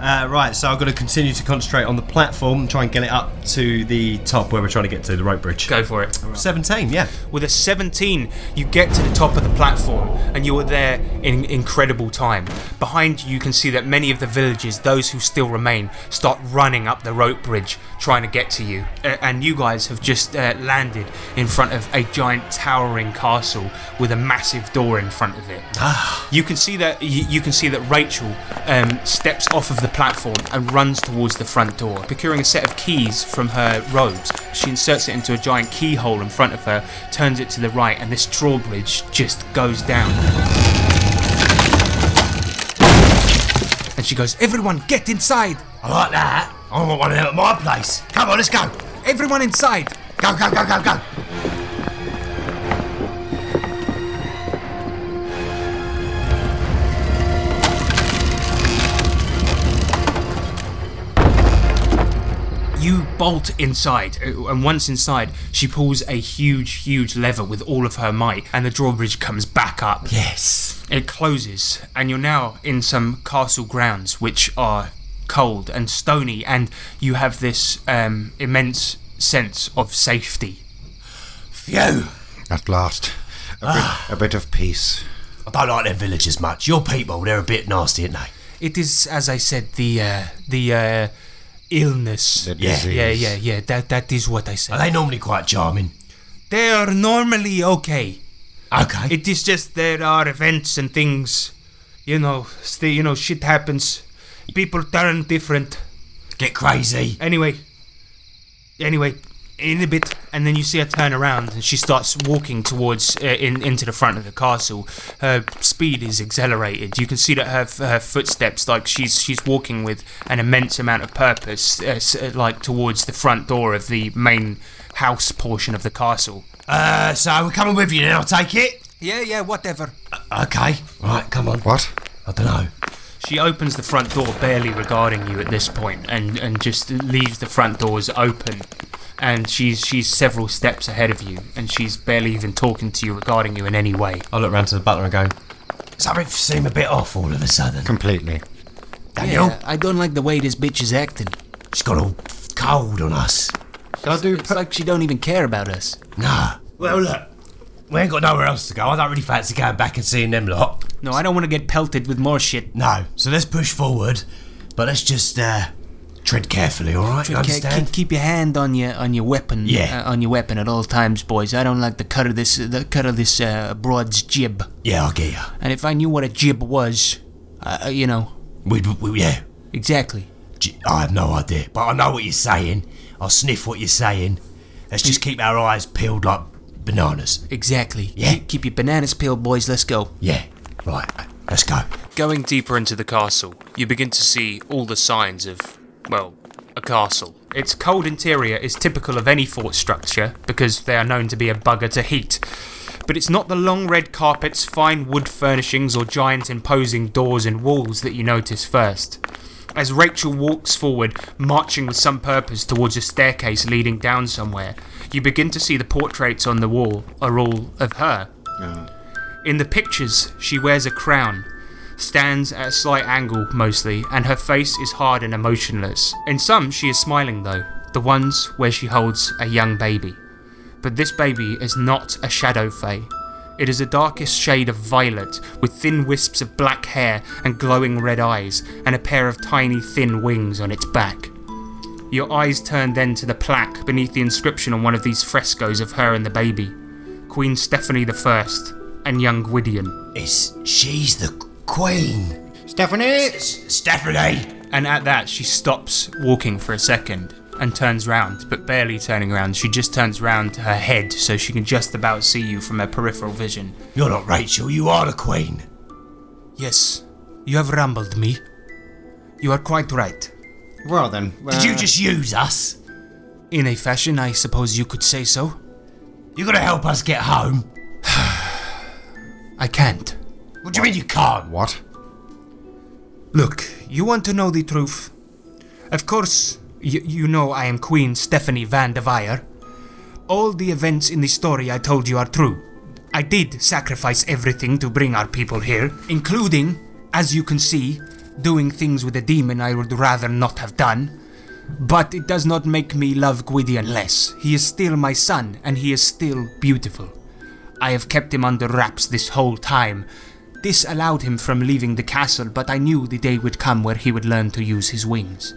J: Uh, right, so I've got to continue to concentrate on the platform, try and get it up to the top where we're trying to get to the rope bridge.
C: Go for it.
J: 17, yeah.
C: With a 17, you get to the top of the platform and you are there in incredible time. Behind you, you can see that many of the villagers, those who still remain, start running up the rope bridge trying to get to you. A- and you guys have just uh, landed in front of a giant towering castle with a massive door in front of it.
F: Ah.
C: you can see that you, you can see that Rachel um, steps off of the platform and runs towards the front door, procuring a set of keys from her robes. She inserts it into a giant keyhole in front of her, turns it to the right, and this drawbridge just goes down. And she goes, "Everyone, get inside!
F: I like that. I want one of them at my place. Come on, let's go.
C: Everyone inside!"
F: Go, go, go, go, go.
C: You bolt inside, uh, and once inside, she pulls a huge, huge lever with all of her might, and the drawbridge comes back up.
F: Yes.
C: It closes, and you're now in some castle grounds, which are cold and stony, and you have this um, immense sense of safety.
F: Phew. I
E: At last, a, bit, a bit of peace.
F: don't like their villagers much. Your people, they're a bit nasty, aren't they?
C: It is, as I said, the uh, the uh, illness.
E: The
F: Yeah,
E: disease.
C: yeah, yeah, yeah. That that is what I
F: Are
C: said.
F: they normally quite charming?
C: They are normally okay.
F: Okay.
C: It is just there are events and things, you know. St- you know, shit happens. People turn different.
F: Get crazy.
C: Anyway, anyway, in a bit, and then you see her turn around, and she starts walking towards uh, in into the front of the castle. Her speed is accelerated. You can see that her f- her footsteps, like she's she's walking with an immense amount of purpose, uh, s- uh, like towards the front door of the main house portion of the castle.
F: Uh, so we're coming with you then, I'll take it.
C: Yeah, yeah, whatever.
F: Okay. Right, come on.
E: What?
F: I don't know.
C: She opens the front door, barely regarding you at this point, and, and just leaves the front doors open. And she's she's several steps ahead of you, and she's barely even talking to you regarding you in any way.
J: I look round to the butler and go,
F: Something seem a bit off all of a sudden.
E: Completely.
F: Daniel,
K: I don't like the way this bitch is acting.
F: she's got all cold on us.
E: Shall I do?
K: It's like she don't even care about us.
F: No. Well, look, we ain't got nowhere else to go. I don't really fancy going back and seeing them lot.
C: No, I don't want to get pelted with more shit.
F: No. So let's push forward, but let's just uh, tread carefully, all right? You
K: Okay,
F: understand?
K: keep, keep your hand on your on your weapon.
F: Yeah.
K: uh, on your weapon at all times, boys. I don't like the cut of this the cut of this uh, broad's jib.
F: Yeah, I'll get you.
K: And if I knew what a jib was, uh, uh, you know
F: We'd, we, yeah.
K: exactly.
F: Gee, I have no idea, but I know what you're saying. I'll sniff what you're saying. Let's just keep our eyes peeled like bananas.
K: Exactly.
F: Yeah.
K: Keep, keep your bananas peeled, boys. Let's go.
F: Yeah. Right. Let's go.
C: Going deeper into the castle, you begin to see all the signs of, well, a castle. Its cold interior is typical of any fort structure because they are known to be a bugger to heat. But it's not the long red carpets, fine wood furnishings, or giant imposing doors and walls that you notice first. As Rachel walks forward, marching with some purpose towards a staircase leading down somewhere, you begin to see the portraits on the wall are all of her. In the pictures, she wears a crown, stands at a slight angle mostly, and her face is hard and emotionless. In some, she is smiling though, the ones where she holds a young baby. But this baby is not a shadow fae. It is a darkest shade of violet, with thin wisps of black hair and glowing red eyes, and a pair of tiny thin wings on its back. Your eyes turn then to the plaque beneath the inscription on one of these frescoes of her and the baby Queen Stephanie I and young Gwydion.
F: It's she's the queen.
E: Stephanie!
F: It's Stephanie.
C: And at that, she stops walking for a second and turns round, but barely turning round. She just turns round her head so she can just about see you from her peripheral vision.
F: You're not Rachel, you are the Queen.
C: Yes, you have rambled me. You are quite right.
E: Well then,
F: Did you just use us?
C: In a fashion, I suppose you could say so.
F: You're gonna help us get home.
C: I can't.
F: What do you mean you can't?
E: what?
C: Look, you want to know the truth? Of course, y- you know I am Queen Stephanie Van de Weyer. All the events in the story I told you are true. I did sacrifice everything to bring our people here, including, as you can see, doing things with a demon I would rather not have done. But it does not make me love Gwydion less. He is still my son, and he is still beautiful. I have kept him under wraps this whole time. This allowed him from leaving the castle, but I knew the day would come where he would learn to use his wings.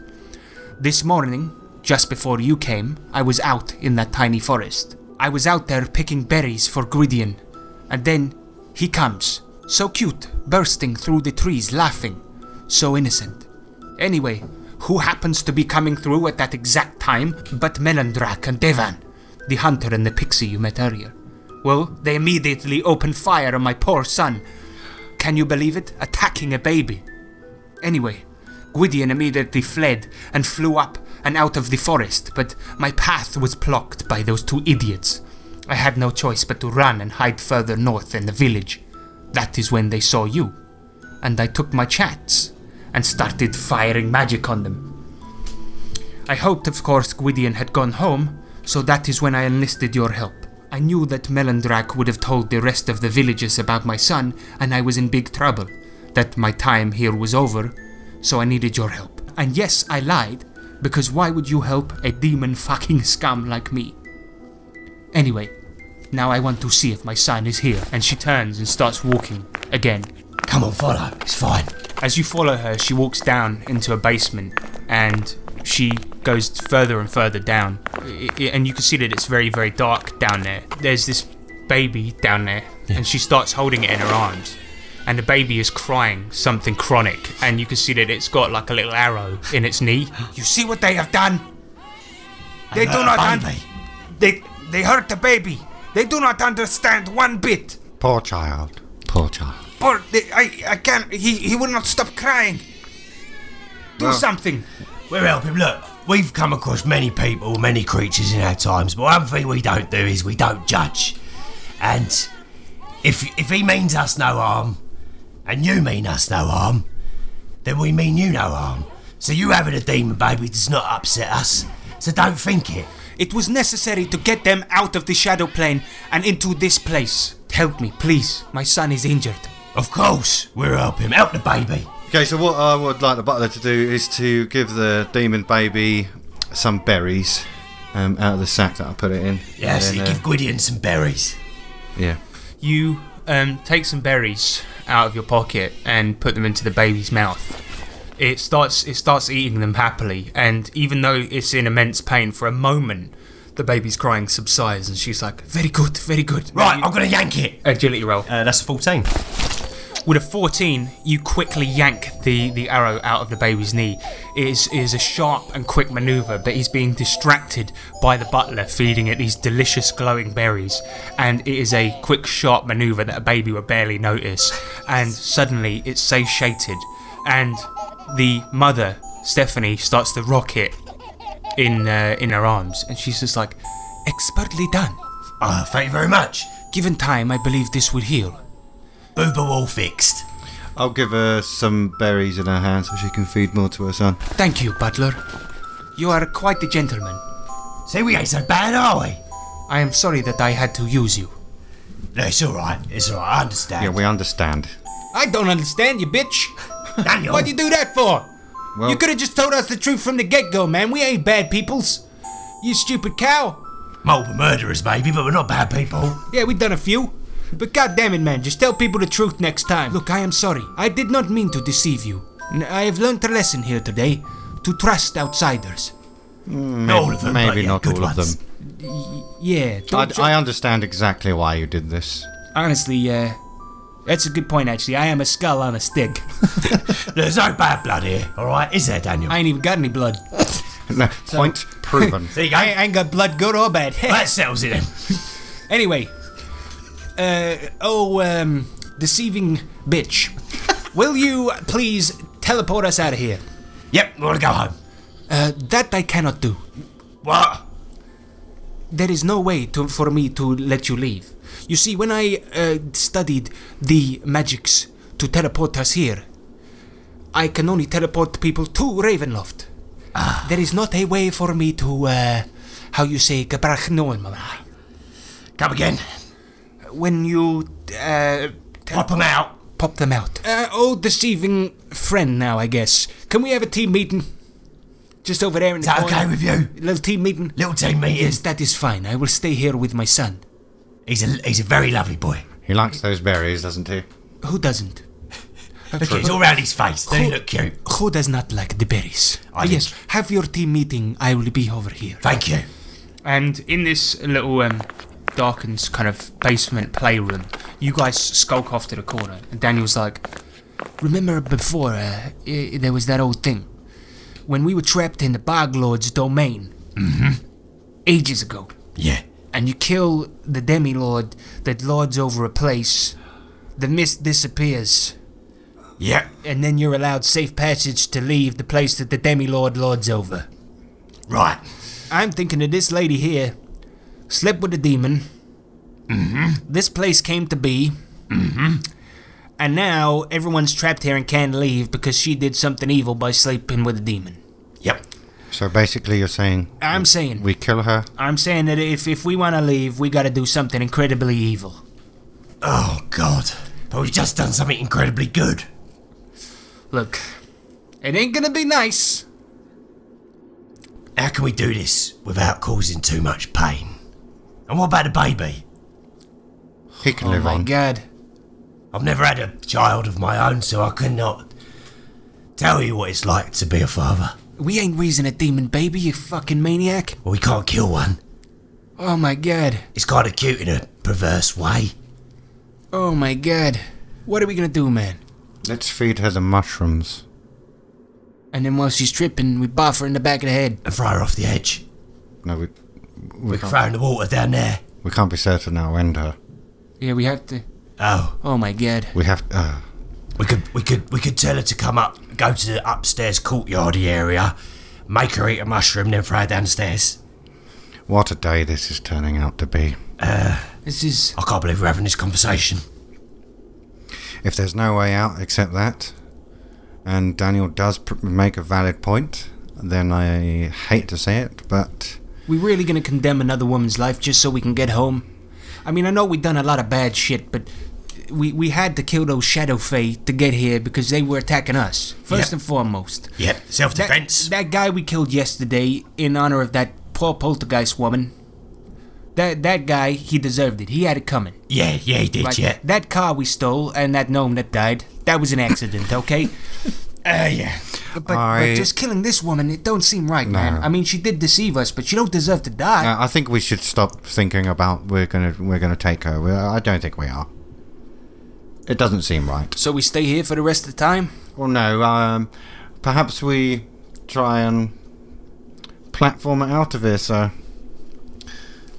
C: This morning, just before you came, I was out in that tiny forest. I was out there picking berries for Gwydion, and then he comes. So cute, bursting through the trees, laughing. So innocent. Anyway, who happens to be coming through at that exact time but Melandrak and Devan, the hunter and the pixie you met earlier? Well, they immediately opened fire on my poor son. Can you believe it? Attacking a baby. Anyway, Gwydion immediately fled and flew up and out of the forest, but my path was blocked by those two idiots. I had no choice but to run and hide further north in the village. That is when they saw you. And I took my chance and started firing magic on them. I hoped, of course, Gwydion had gone home, so that is when I enlisted your help. I knew that Melandrak would have told the rest of the villagers about my son, and I was in big trouble, that my time here was over, so I needed your help. And yes, I lied, because why would you help a demon fucking scum like me? Anyway, now I want to see if my son is here. And she turns and starts walking again.
F: Come on, follow. It's fine.
C: As you follow her, she walks down into a basement and she goes further and further down. I- I- And you can see that it's very, very dark down there. There's this baby down there and she starts holding it in her arms. And the baby is crying something chronic. And you can see that it's got like a little arrow in its knee. You see what they have done? They do not un-
F: Baby.
C: they, they hurt the baby. They do not understand one bit.
E: Poor child. Poor child.
C: Or they, I, I can't. He, he will not stop crying. Do something.
F: We're helping. Look, we've come across many people, many creatures in our times, but one thing we don't do is we don't judge. And if if he means us no harm, and you mean us no harm, then we mean you no harm. So you having a demon baby does not upset us. So don't think it.
C: It was necessary to get them out of the shadow plane and into this place. Help me, please. My son is injured.
F: Of course, we're helping. Help the baby.
E: Okay, so what I would like the butler to do is to give the demon baby some berries um, out of the sack that I put it in.
F: Yeah, so
E: And
F: you
E: then, uh,
F: give Gwydion some berries.
E: yeah.
C: You um, take some berries out of your pocket and put them into the baby's mouth. It starts it starts eating them happily, and even though it's in immense pain for a moment, the baby's crying subsides, and she's like, "Very good, very good."
F: Right,
C: You-
F: I'm gonna yank it.
C: agility roll.
L: Uh, that's a 14.
C: With a 14, you quickly yank the, the arrow out of the baby's knee. It is, it is a sharp and quick maneuver, but he's being distracted by the butler feeding it these delicious glowing berries. And it is a quick, sharp maneuver that a baby would barely notice. And suddenly it's satiated. And the mother, Stephanie, starts to rock it in, uh, in her arms. And she's just like, expertly done.
F: Ah, thank you very much.
C: Given time, I believe this will heal.
F: Booba all fixed.
E: I'll give her some berries in her hand so she can feed more to her son.
C: Thank you, butler. You are quite a gentleman.
F: See, we ain't so bad, are we?
C: I am sorry that I had to use you.
F: No, it's all right. It's all right. I understand.
E: Yeah, we understand.
C: I don't understand you, bitch.
F: Daniel,
C: Why'd you do that for?
E: Well-
C: you could have just told us the truth from the get go, man. We ain't bad peoples. You stupid cow.
F: Well, we're murderers, maybe, but we're not bad people.
C: Yeah, we done a few. But goddamn it, man, just tell people the truth next time. Look, I am sorry. I did not mean to deceive you. N- I have learned a lesson here today to trust outsiders.
F: Not all of them, but,
E: Mm, Maybe
F: yeah,
E: not
F: good
E: all
F: ones.
E: of them. I,
C: Yeah, don't ju-
E: I understand exactly why you did this.
C: honestly, uh, that's a good point, actually. I am a skull on a stick.
F: There's no bad blood here, all right? Is there, Daniel?
C: I ain't even got any blood.
E: No, point proven.
G: There you go. I ain't got blood good or bad.
F: That sells it then.
G: Anyway, uh, oh, um, deceiving bitch, will you please teleport us out of here?
F: Yep, we want to go home.
G: Uh, that I cannot do.
F: What?
G: There is no way to, for me to let you leave. You see, when I uh, studied the magics to teleport us here, I can only teleport people to Ravenloft. There is not a way for me to, uh, how you say, Gabrachnoelmamai.
F: Come again.
G: When you uh,
F: Pop them out.
G: pop them out. Uh, oh, deceiving friend now, I guess. Can we have a team meeting? Just over there in
F: Is
G: the
F: that
G: corner.
F: okay with you?
G: Little team meeting?
F: Little team meetings.
G: Yes, that is fine. I will stay here with my son.
F: He's a he's a very lovely boy.
E: he likes those berries, doesn't he?
G: Who doesn't?
F: Look, it's all round his face. They look cute.
G: Who does not like the berries?
F: I
G: Ah, yes,
F: didn't.
G: have your team meeting. I will be over here.
F: Oh, Thank you.
D: And in this little um, darkened kind of basement playroom, you guys skulk off to the corner, and Daniel's like,
G: Remember before uh, i- there was that old thing when we were trapped in the Bog Lord's domain mm-hmm. ages ago,
F: Yeah.
G: and you kill the Demi Lord that lords over a place. The mist disappears,
F: Yep.
G: and then you're allowed safe passage to leave the place that the Demi Lord lords over.
F: Right.
G: I'm thinking of this lady here. Slept with a demon.
D: Mm-hmm.
G: This place came to be. And now everyone's trapped here and can't leave because she did something evil by sleeping with a demon.
F: Yep.
E: So basically, you're saying
G: I'm saying,
E: we kill her.
G: I'm saying that if, if we want to leave, we got to do something incredibly evil.
F: Oh God. But we've just done something incredibly good.
D: Look, it ain't gonna be nice.
F: How can we do this without causing too much pain? And what about the baby?
E: He can live
D: My
E: on.
D: god.
F: I've never had a child of my own, so I cannot tell you what it's like to be a father.
G: We ain't raising a demon baby, you fucking maniac.
F: Well, we can't kill one.
G: Oh my god.
F: It's kind of cute in a perverse way.
G: Oh my god. What are we gonna do, man?
E: Let's feed her the mushrooms.
G: And then while she's tripping, we boff her in the back of the head.
F: And throw her off the edge.
E: No, we
F: We can throw her in the water down there.
E: we can't be certain how end her.
G: Yeah, we have to.
F: Oh,
G: Oh my god.
E: We have. Uh,
F: we could, we could, we could tell her to come up, go to the upstairs courtyardy area, make her eat a mushroom, then throw her downstairs.
E: what a day this is turning out to be.
G: This is.
F: I can't believe we're having this conversation.
E: If there's no way out except that, and Daniel does pr- make a valid point, then I hate to say it, but
G: We really gonna condemn another woman's life just so we can get home? I mean, I know we done a lot of bad shit, but we we had to kill those Shadow Fae to get here because they were attacking us first
F: Yeah.
G: and foremost.
F: Yep, self-defense.
G: That guy we killed yesterday in honor of that poor poltergeist woman. That that guy, he deserved it. He had it coming.
F: yeah, yeah, he did.
G: Like,
F: yeah,
G: That car we stole and that gnome that died, that was an accident, okay?
F: uh, yeah.
G: But, but
E: I-
G: just killing this woman, it don't seem right, man. I mean, she did deceive us, but she don't deserve to die.
E: uh, I I think we should stop thinking about we're gonna we're gonna take her. We- I don't think we are. It doesn't seem right.
G: So we stay here for the rest of the time?
E: Well, no. Um, perhaps we try and platform it out of here, sir.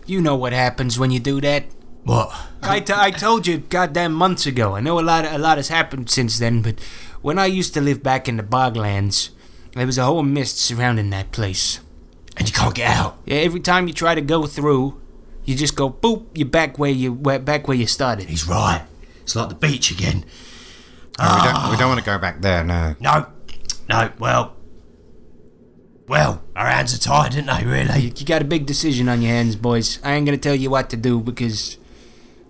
G: You know what happens when you do that.
F: What?
G: I, t- I told you goddamn months ago. I know a lot a lot has happened since then, but when I used to live back in the boglands, there was a whole mist surrounding that place.
F: And you can't get out.
G: Yeah, every time you try to go through, you just go boop, you're back where you where, back where you started.
F: He's right. It's like the beach again.
E: We don't, we don't want to go back there. No.
F: No, no. Well, well, our hands are tied, aren't they? Really?
G: You got a big decision on your hands, boys. I ain't gonna tell you what to do because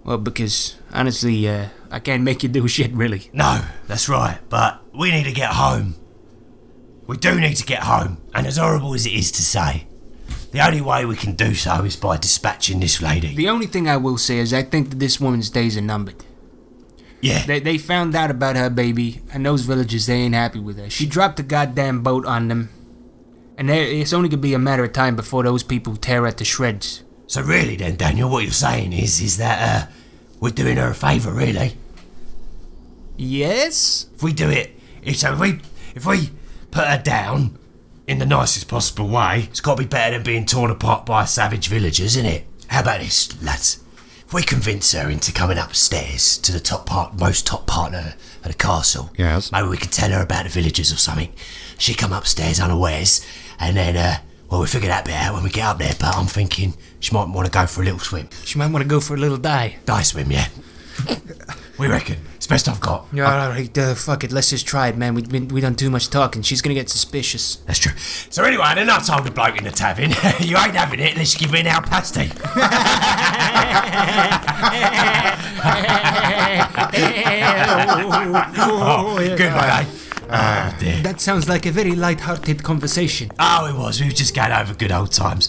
G: well, because honestly, uh, I can't make you do shit really.
F: No, that's right. But we need to get home. We do need to get home. And as horrible as it is to say, the only way we can do so is by dispatching this lady.
G: The only thing I will say is I think that this woman's days are numbered.
F: yeah,
G: They, they found out about her baby, and those villagers, they ain't happy with her. She dropped the goddamn boat on them, and they, it's only gonna be a matter of time before those people tear her to shreds.
F: So really, then, Daniel, what you're saying is, is that uh, we're doing her a favour, really.
G: Yes?
F: If we do it, if so, if we, if we put her down in the nicest possible way. It's got to be better than being torn apart by savage villagers, isn't it? How about this, lads? If we convince her into coming upstairs to the top part, most top part of of the castle,
E: Yes.
F: maybe we can tell her about the villagers or something. She come upstairs unawares, and then, uh, well, we figure that bit out when we get up there. But I'm thinking she might want to go for a little swim,
C: She might want to go for a little day.
F: dive swim, yeah. we reckon it's best I've got.
C: Yeah, all right, uh, fuck it. Let's just try it, man. We we, we done too much talking. She's gonna get suspicious.
F: That's true. So anyway, then I told the bloke in the tavern, you ain't having it unless you give me an hour pasty. oh, good one, eh? Oh, dear.
C: That sounds like a very light-hearted conversation.
F: Oh, it was. We were just going over good old times.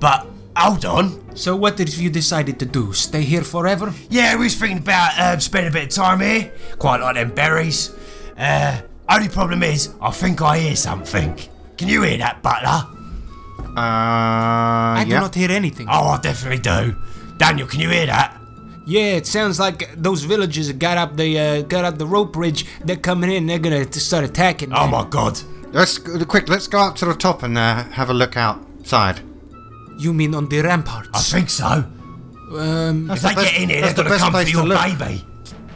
F: But hold on.
C: So, what did you decided to do? Stay here forever?
F: Yeah, we was thinking about um, spending a bit of time here. Quite like them berries. Uh, only problem is, I think I hear something. Can you hear that, butler?
E: Uh, I
C: I do not hear anything.
F: Oh, I definitely do. Daniel, can you hear that?
C: Yeah, it sounds like those villagers got up the uh, got up the rope bridge. They're coming in. They're gonna t- start attacking.
F: Oh
C: man.
F: my god.
E: Let's quick. Let's go up to the top and uh, have a look outside.
C: You mean on the
F: I
C: ramparts?
F: think so.
C: Um,
E: That's
F: If they get in here, they're
E: that's the
F: going to
E: best
F: come for
E: place to
F: your
E: look.
F: baby.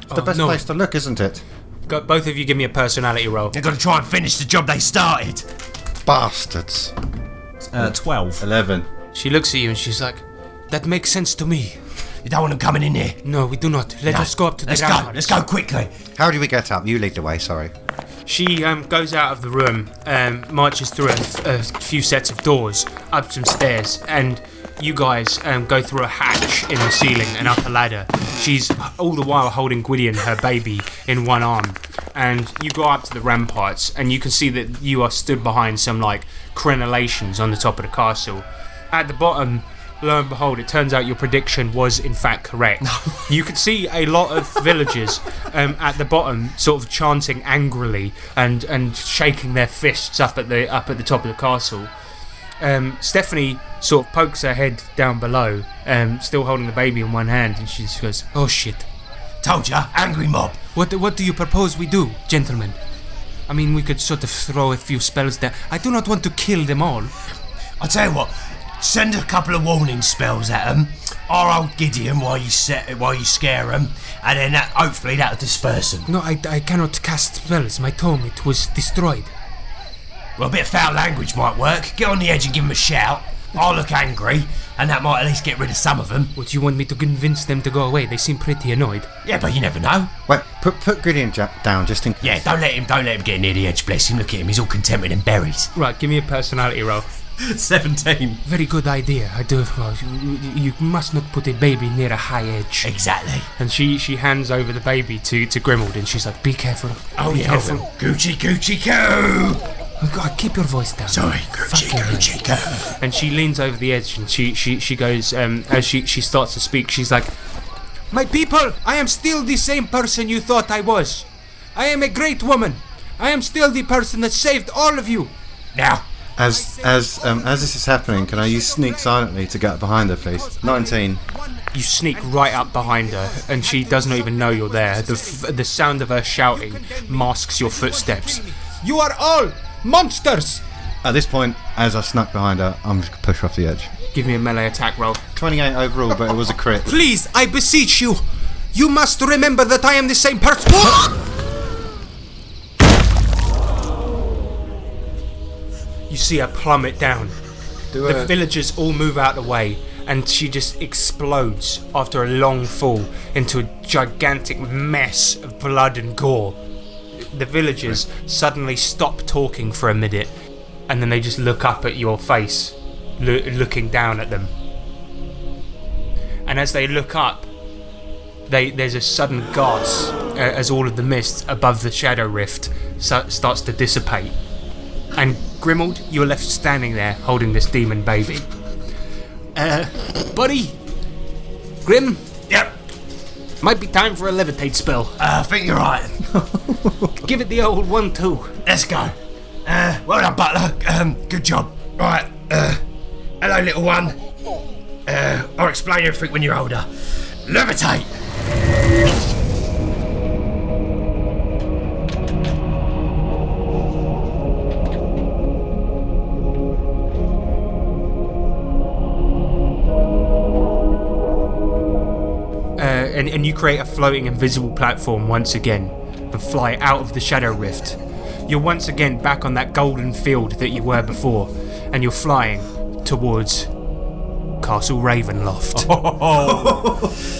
E: It's the best
C: no.
E: place to look, isn't it?
C: go, both of you give me a personality roll.
F: They're going to try and finish the job they started.
E: Bastards.
M: Uh, 12.
E: Eleven.
C: She looks at you and she's like, "That makes sense to me."
F: You don't want them coming in here.
C: No, we do not. Let
F: No.
C: us go up to the
F: Let's go.
C: ramparts.
F: Let's go quickly.
E: How do we get up? You lead the way. Sorry.
C: She um, goes out of the room, um, marches through a, a few sets of doors, up some stairs, and you guys um, go through a hatch in the ceiling and up a ladder. She's all the while holding Gwydion, her baby, in one arm. And you go up to the ramparts, and you can see that you are stood behind some like crenellations on the top of the castle. At the bottom, lo and behold, it turns out your prediction was in fact correct. you could see a lot of villagers um, at the bottom, sort of chanting angrily and and shaking their fists up at the up at the top of the castle. Um, Stephanie sort of pokes her head down below, um, still holding the baby in one hand, and she just goes, "Oh shit!
F: Told ya, angry mob.
C: What what do you propose we do, gentlemen?" I mean, we could sort of throw a few spells there. I do not want to kill them all.
F: I tell you what, send a couple of warning spells at them. Our old Gideon while you set, while you scare them, and then that, hopefully that'll disperse them.
C: No, I, I cannot cast spells. My tome, it was destroyed.
F: Well, a bit of foul language might work. Get on the edge and give them a shout. I'll look angry, and that might at least get rid of some of them.
C: Would you want me to convince them to go away? They seem pretty annoyed.
F: Yeah, but you never know.
E: Wait. Put put Gideon ja- down just in case.
F: Yeah, don't let him. Don't let him get near the edge. Bless him. Look at him. He's all contented and berries.
C: Right, give me a personality roll.
M: 17.
C: Very good idea. I do. well, you- you, you must not put a baby near a high edge.
F: Exactly.
C: And she she hands over the baby to to Grimald, and she's like, "Be careful.
F: Oh
C: be
F: yeah.
C: careful.
F: Gucci, Gucci, go.
C: Oh, God, keep your voice down."
F: Sorry, Gucci,
C: Fucking hell.
F: Gucci, go.
C: and she leans over the edge and she she she goes um as she she starts to speak she's like my people i am still the same person you thought i was i am a great woman i am still the person that saved all of you
F: Now,
E: As as um, as this is happening, can I use sneak silently to get behind her, please? Nineteen.
C: you sneak right up behind her and she does not even know you're there the f- the sound of her shouting masks your footsteps you are all monsters
E: At this point, as I snuck behind her, I'm just gonna push her off the edge.
C: give me a melee attack roll
E: Twenty-eight overall, but it was a crit.
C: please i beseech you you must remember that i am the same person you see her plummet down
E: Do
C: the
E: a-
C: villagers all move out of the way, and she just explodes after a long fall into a gigantic mess of blood and gore. The villagers suddenly stop talking for a minute, and then they just look up at your face, loo- looking down at them. And as they look up, they, there's a sudden gasp uh, as all of the mist above the shadow rift sa- starts to dissipate. And Grimald, you're left standing there holding this demon baby. Uh, buddy, Grim,
F: yep.
C: might be time for a levitate spell.
F: Uh, I think you're right.
C: Give it the old one too.
F: Let's go. Uh, well done, Butler. Um, good job. Right. Uh, hello, little one. Uh, I'll explain everything when you're older. Levitate.
C: Uh, and, and you create a floating invisible platform once again and fly out of the Shadow Rift. You're once again back on that golden field that you were before, and you're flying towards Castle Ravenloft.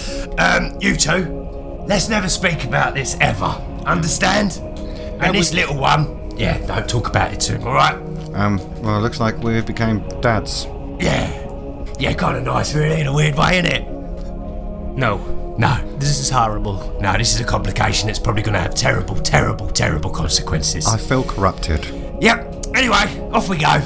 N: Um, you two, let's never speak about this ever. Understand? And this little one, yeah, don't talk about it to him, alright?
E: Um, well, it looks like we became dads.
N: Yeah. Yeah, kind of nice, really, in a weird way, innit?
C: No.
N: No,
F: This is horrible.
N: no, this is a complication that's probably going to have terrible, terrible, terrible consequences.
C: Oh.
E: I feel corrupted.
N: Yep. Anyway, off we go.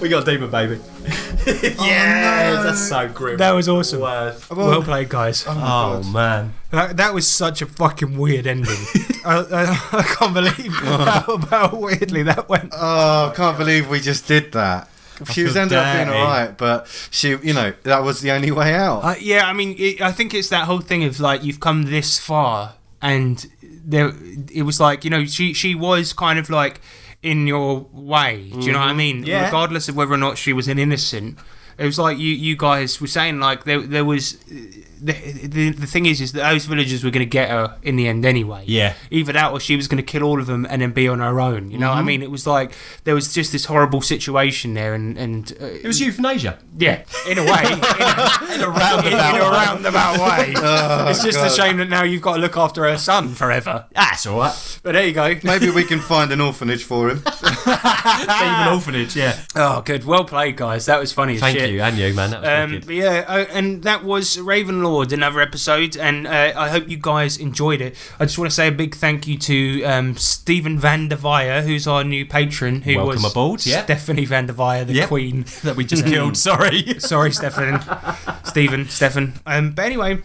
O: We got deeper, baby.
F: Oh,
N: Yeah.
O: That's so grim.
C: That was awesome. Well played, guys.
O: Oh man.
C: That, that was such a fucking weird ending. I, I, I can't believe how, how weirdly that went.
E: Oh, I can't believe we just did that. She was
O: feel
E: ended up being
O: dirty.
E: alright, but she, you know, that was the only way out.
C: Uh, yeah, I mean, it, I think it's that whole thing of like you've come this far, and there it was like you know she she was kind of like in your way. Do you know what I mean?
O: Yeah.
C: Regardless of whether or not she was an innocent, it was like you you guys were saying like there there was the the, the thing is is that those villagers were going to get her in the end anyway.
F: Yeah.
C: Either that or she was going to kill all of them and then be on her own. You know what I mean? It was like there was just this horrible situation there, and and uh,
O: It was euthanasia.
C: yeah, in a way, in a, roundabout, Oh, in a roundabout way. it's just a shame that now you've got to look after her son forever.
O: That's alright.
C: But there you go.
E: Maybe we can find an orphanage for him.
O: Even orphanage, yeah.
C: Oh, good. Well played, guys. That was funny as
F: Thank
C: shit.
F: you, and you, man. That was
C: Um,
F: wicked.
C: but yeah, uh, and that was Ravenlord, another episode, and uh, I hope you guys enjoyed it. I just want to say a big thank you to um, Stephen Van der Weyer, who's our new patron, who
F: Welcome
C: was
F: aboard, yeah.
C: Stephanie Van der Weyer, the
F: Yep.
C: Queen.
F: that we just killed. Sorry.
C: Sorry, Stefan. Stephen, Stefan. Um, but anyway,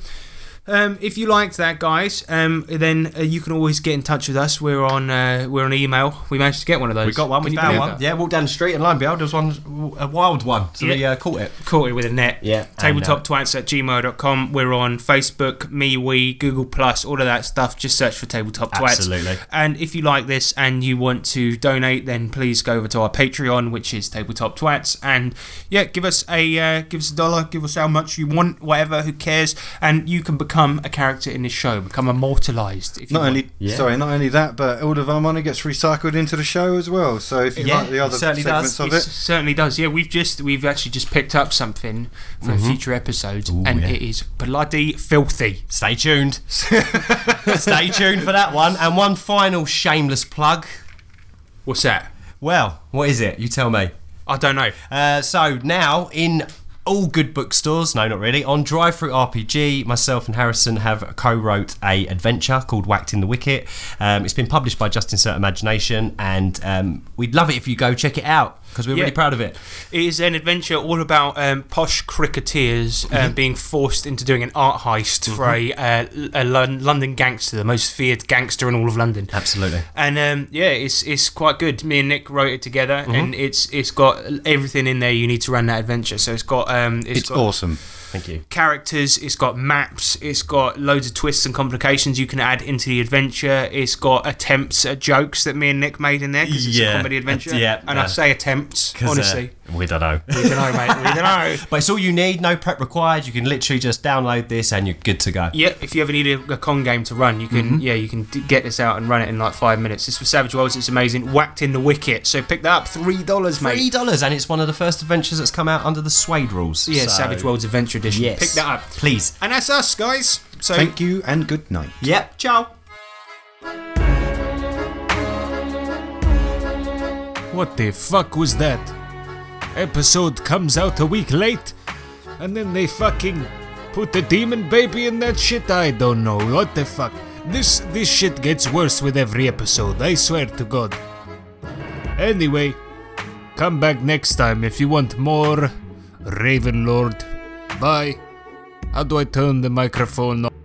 C: um, if you liked that, guys, um, then uh, you can always get in touch with us. We're on uh, we're on email. We managed to get one of those.
F: We got one.
C: Can
F: We
C: you
F: found
C: believe
F: one.
C: that?
O: Yeah, walked down the street and lo and behold, there was one a wild one. So we
C: Yeah.
O: uh, caught it.
C: Caught it with a net.
F: Yeah,
C: Tabletop twats at gmail.com. We're on Facebook, MeWe, Google Plus, all of that stuff. Just search for Tabletop Twats.
F: Absolutely.
C: And if you like this and you want to donate, then please go over to our Patreon, which is Tabletop Twats, and yeah, give us a uh, give us a dollar, give us how much you want, whatever, who cares, and you can become a character in this show, become immortalized. If you
E: Not
C: want.
E: only,
F: Yeah.
E: sorry, not only that, but all of our money gets recycled into the show as well. So if you
F: Yeah,
E: like the other
F: it certainly
E: segments
F: does.
E: of
C: It
E: it,
C: certainly does. Yeah, we've just we've actually just picked up something for
E: Mm-hmm.
C: a future episode, and
F: yeah.
C: it is bloody filthy.
F: Stay tuned. Stay tuned for that one. And one final shameless plug.
C: What's that?
F: Well, what is it? You tell me.
C: I don't know.
F: Uh, so now in all good bookstores, no, not really. On Drive Through RPG, myself and Harrison have co-wrote a adventure called Whacked in the Wicket. Um, it's been published by Just Insert Imagination, and um, we'd love it if you go check it out because we're
C: Yeah.
F: really proud of it.
C: It is an adventure all about um, posh cricketers
F: Mm-hmm.
C: um, being forced into doing an art heist for a, uh, a Lon- London gangster, the most feared gangster in all of London.
F: Absolutely.
C: And um, yeah, it's it's quite good. Me and Nick wrote it together,
F: Mm-hmm.
C: and it's it's got everything in there you need to run that adventure. So it's got um,
E: it's
C: got
E: awesome.
F: Thank you.
C: characters, it's got maps, it's got loads of twists and complications you can add into the adventure. It's got attempts at jokes that me and Nick made in there because it's a
F: Yeah,
C: comedy adventure.
F: yeah,
C: and I
F: yeah.
C: say attempts
F: 'Cause, uh,
C: honestly.
F: we don't know.
C: we don't know, mate. We don't know.
F: but it's all you need, no prep required. You can literally just download this and you're good to go.
C: Yeah, if you ever need a, a con game to run, you can yeah you can d- get this out and run it in like five minutes. It's for Savage Worlds. It's amazing. Whacked in the wicket. So pick that up. Three dollars, mate.
F: Three dollars, and it's one of the first adventures that's come out under the Suede rules.
C: Yeah,
F: So-
C: Savage Worlds Adventure Edition.
F: Yes,
C: Pick that up.
F: please.
C: And that's us, guys. So
E: Thank you and good night.
F: Yep. Ciao.
D: What the fuck was that? Episode comes out a week late, and then they fucking put the demon baby in that shit. I don't know what the fuck. This this shit gets worse with every episode. I swear to God. Anyway, come back next time if you want more Ravenlord. Bye. How do I turn the microphone on?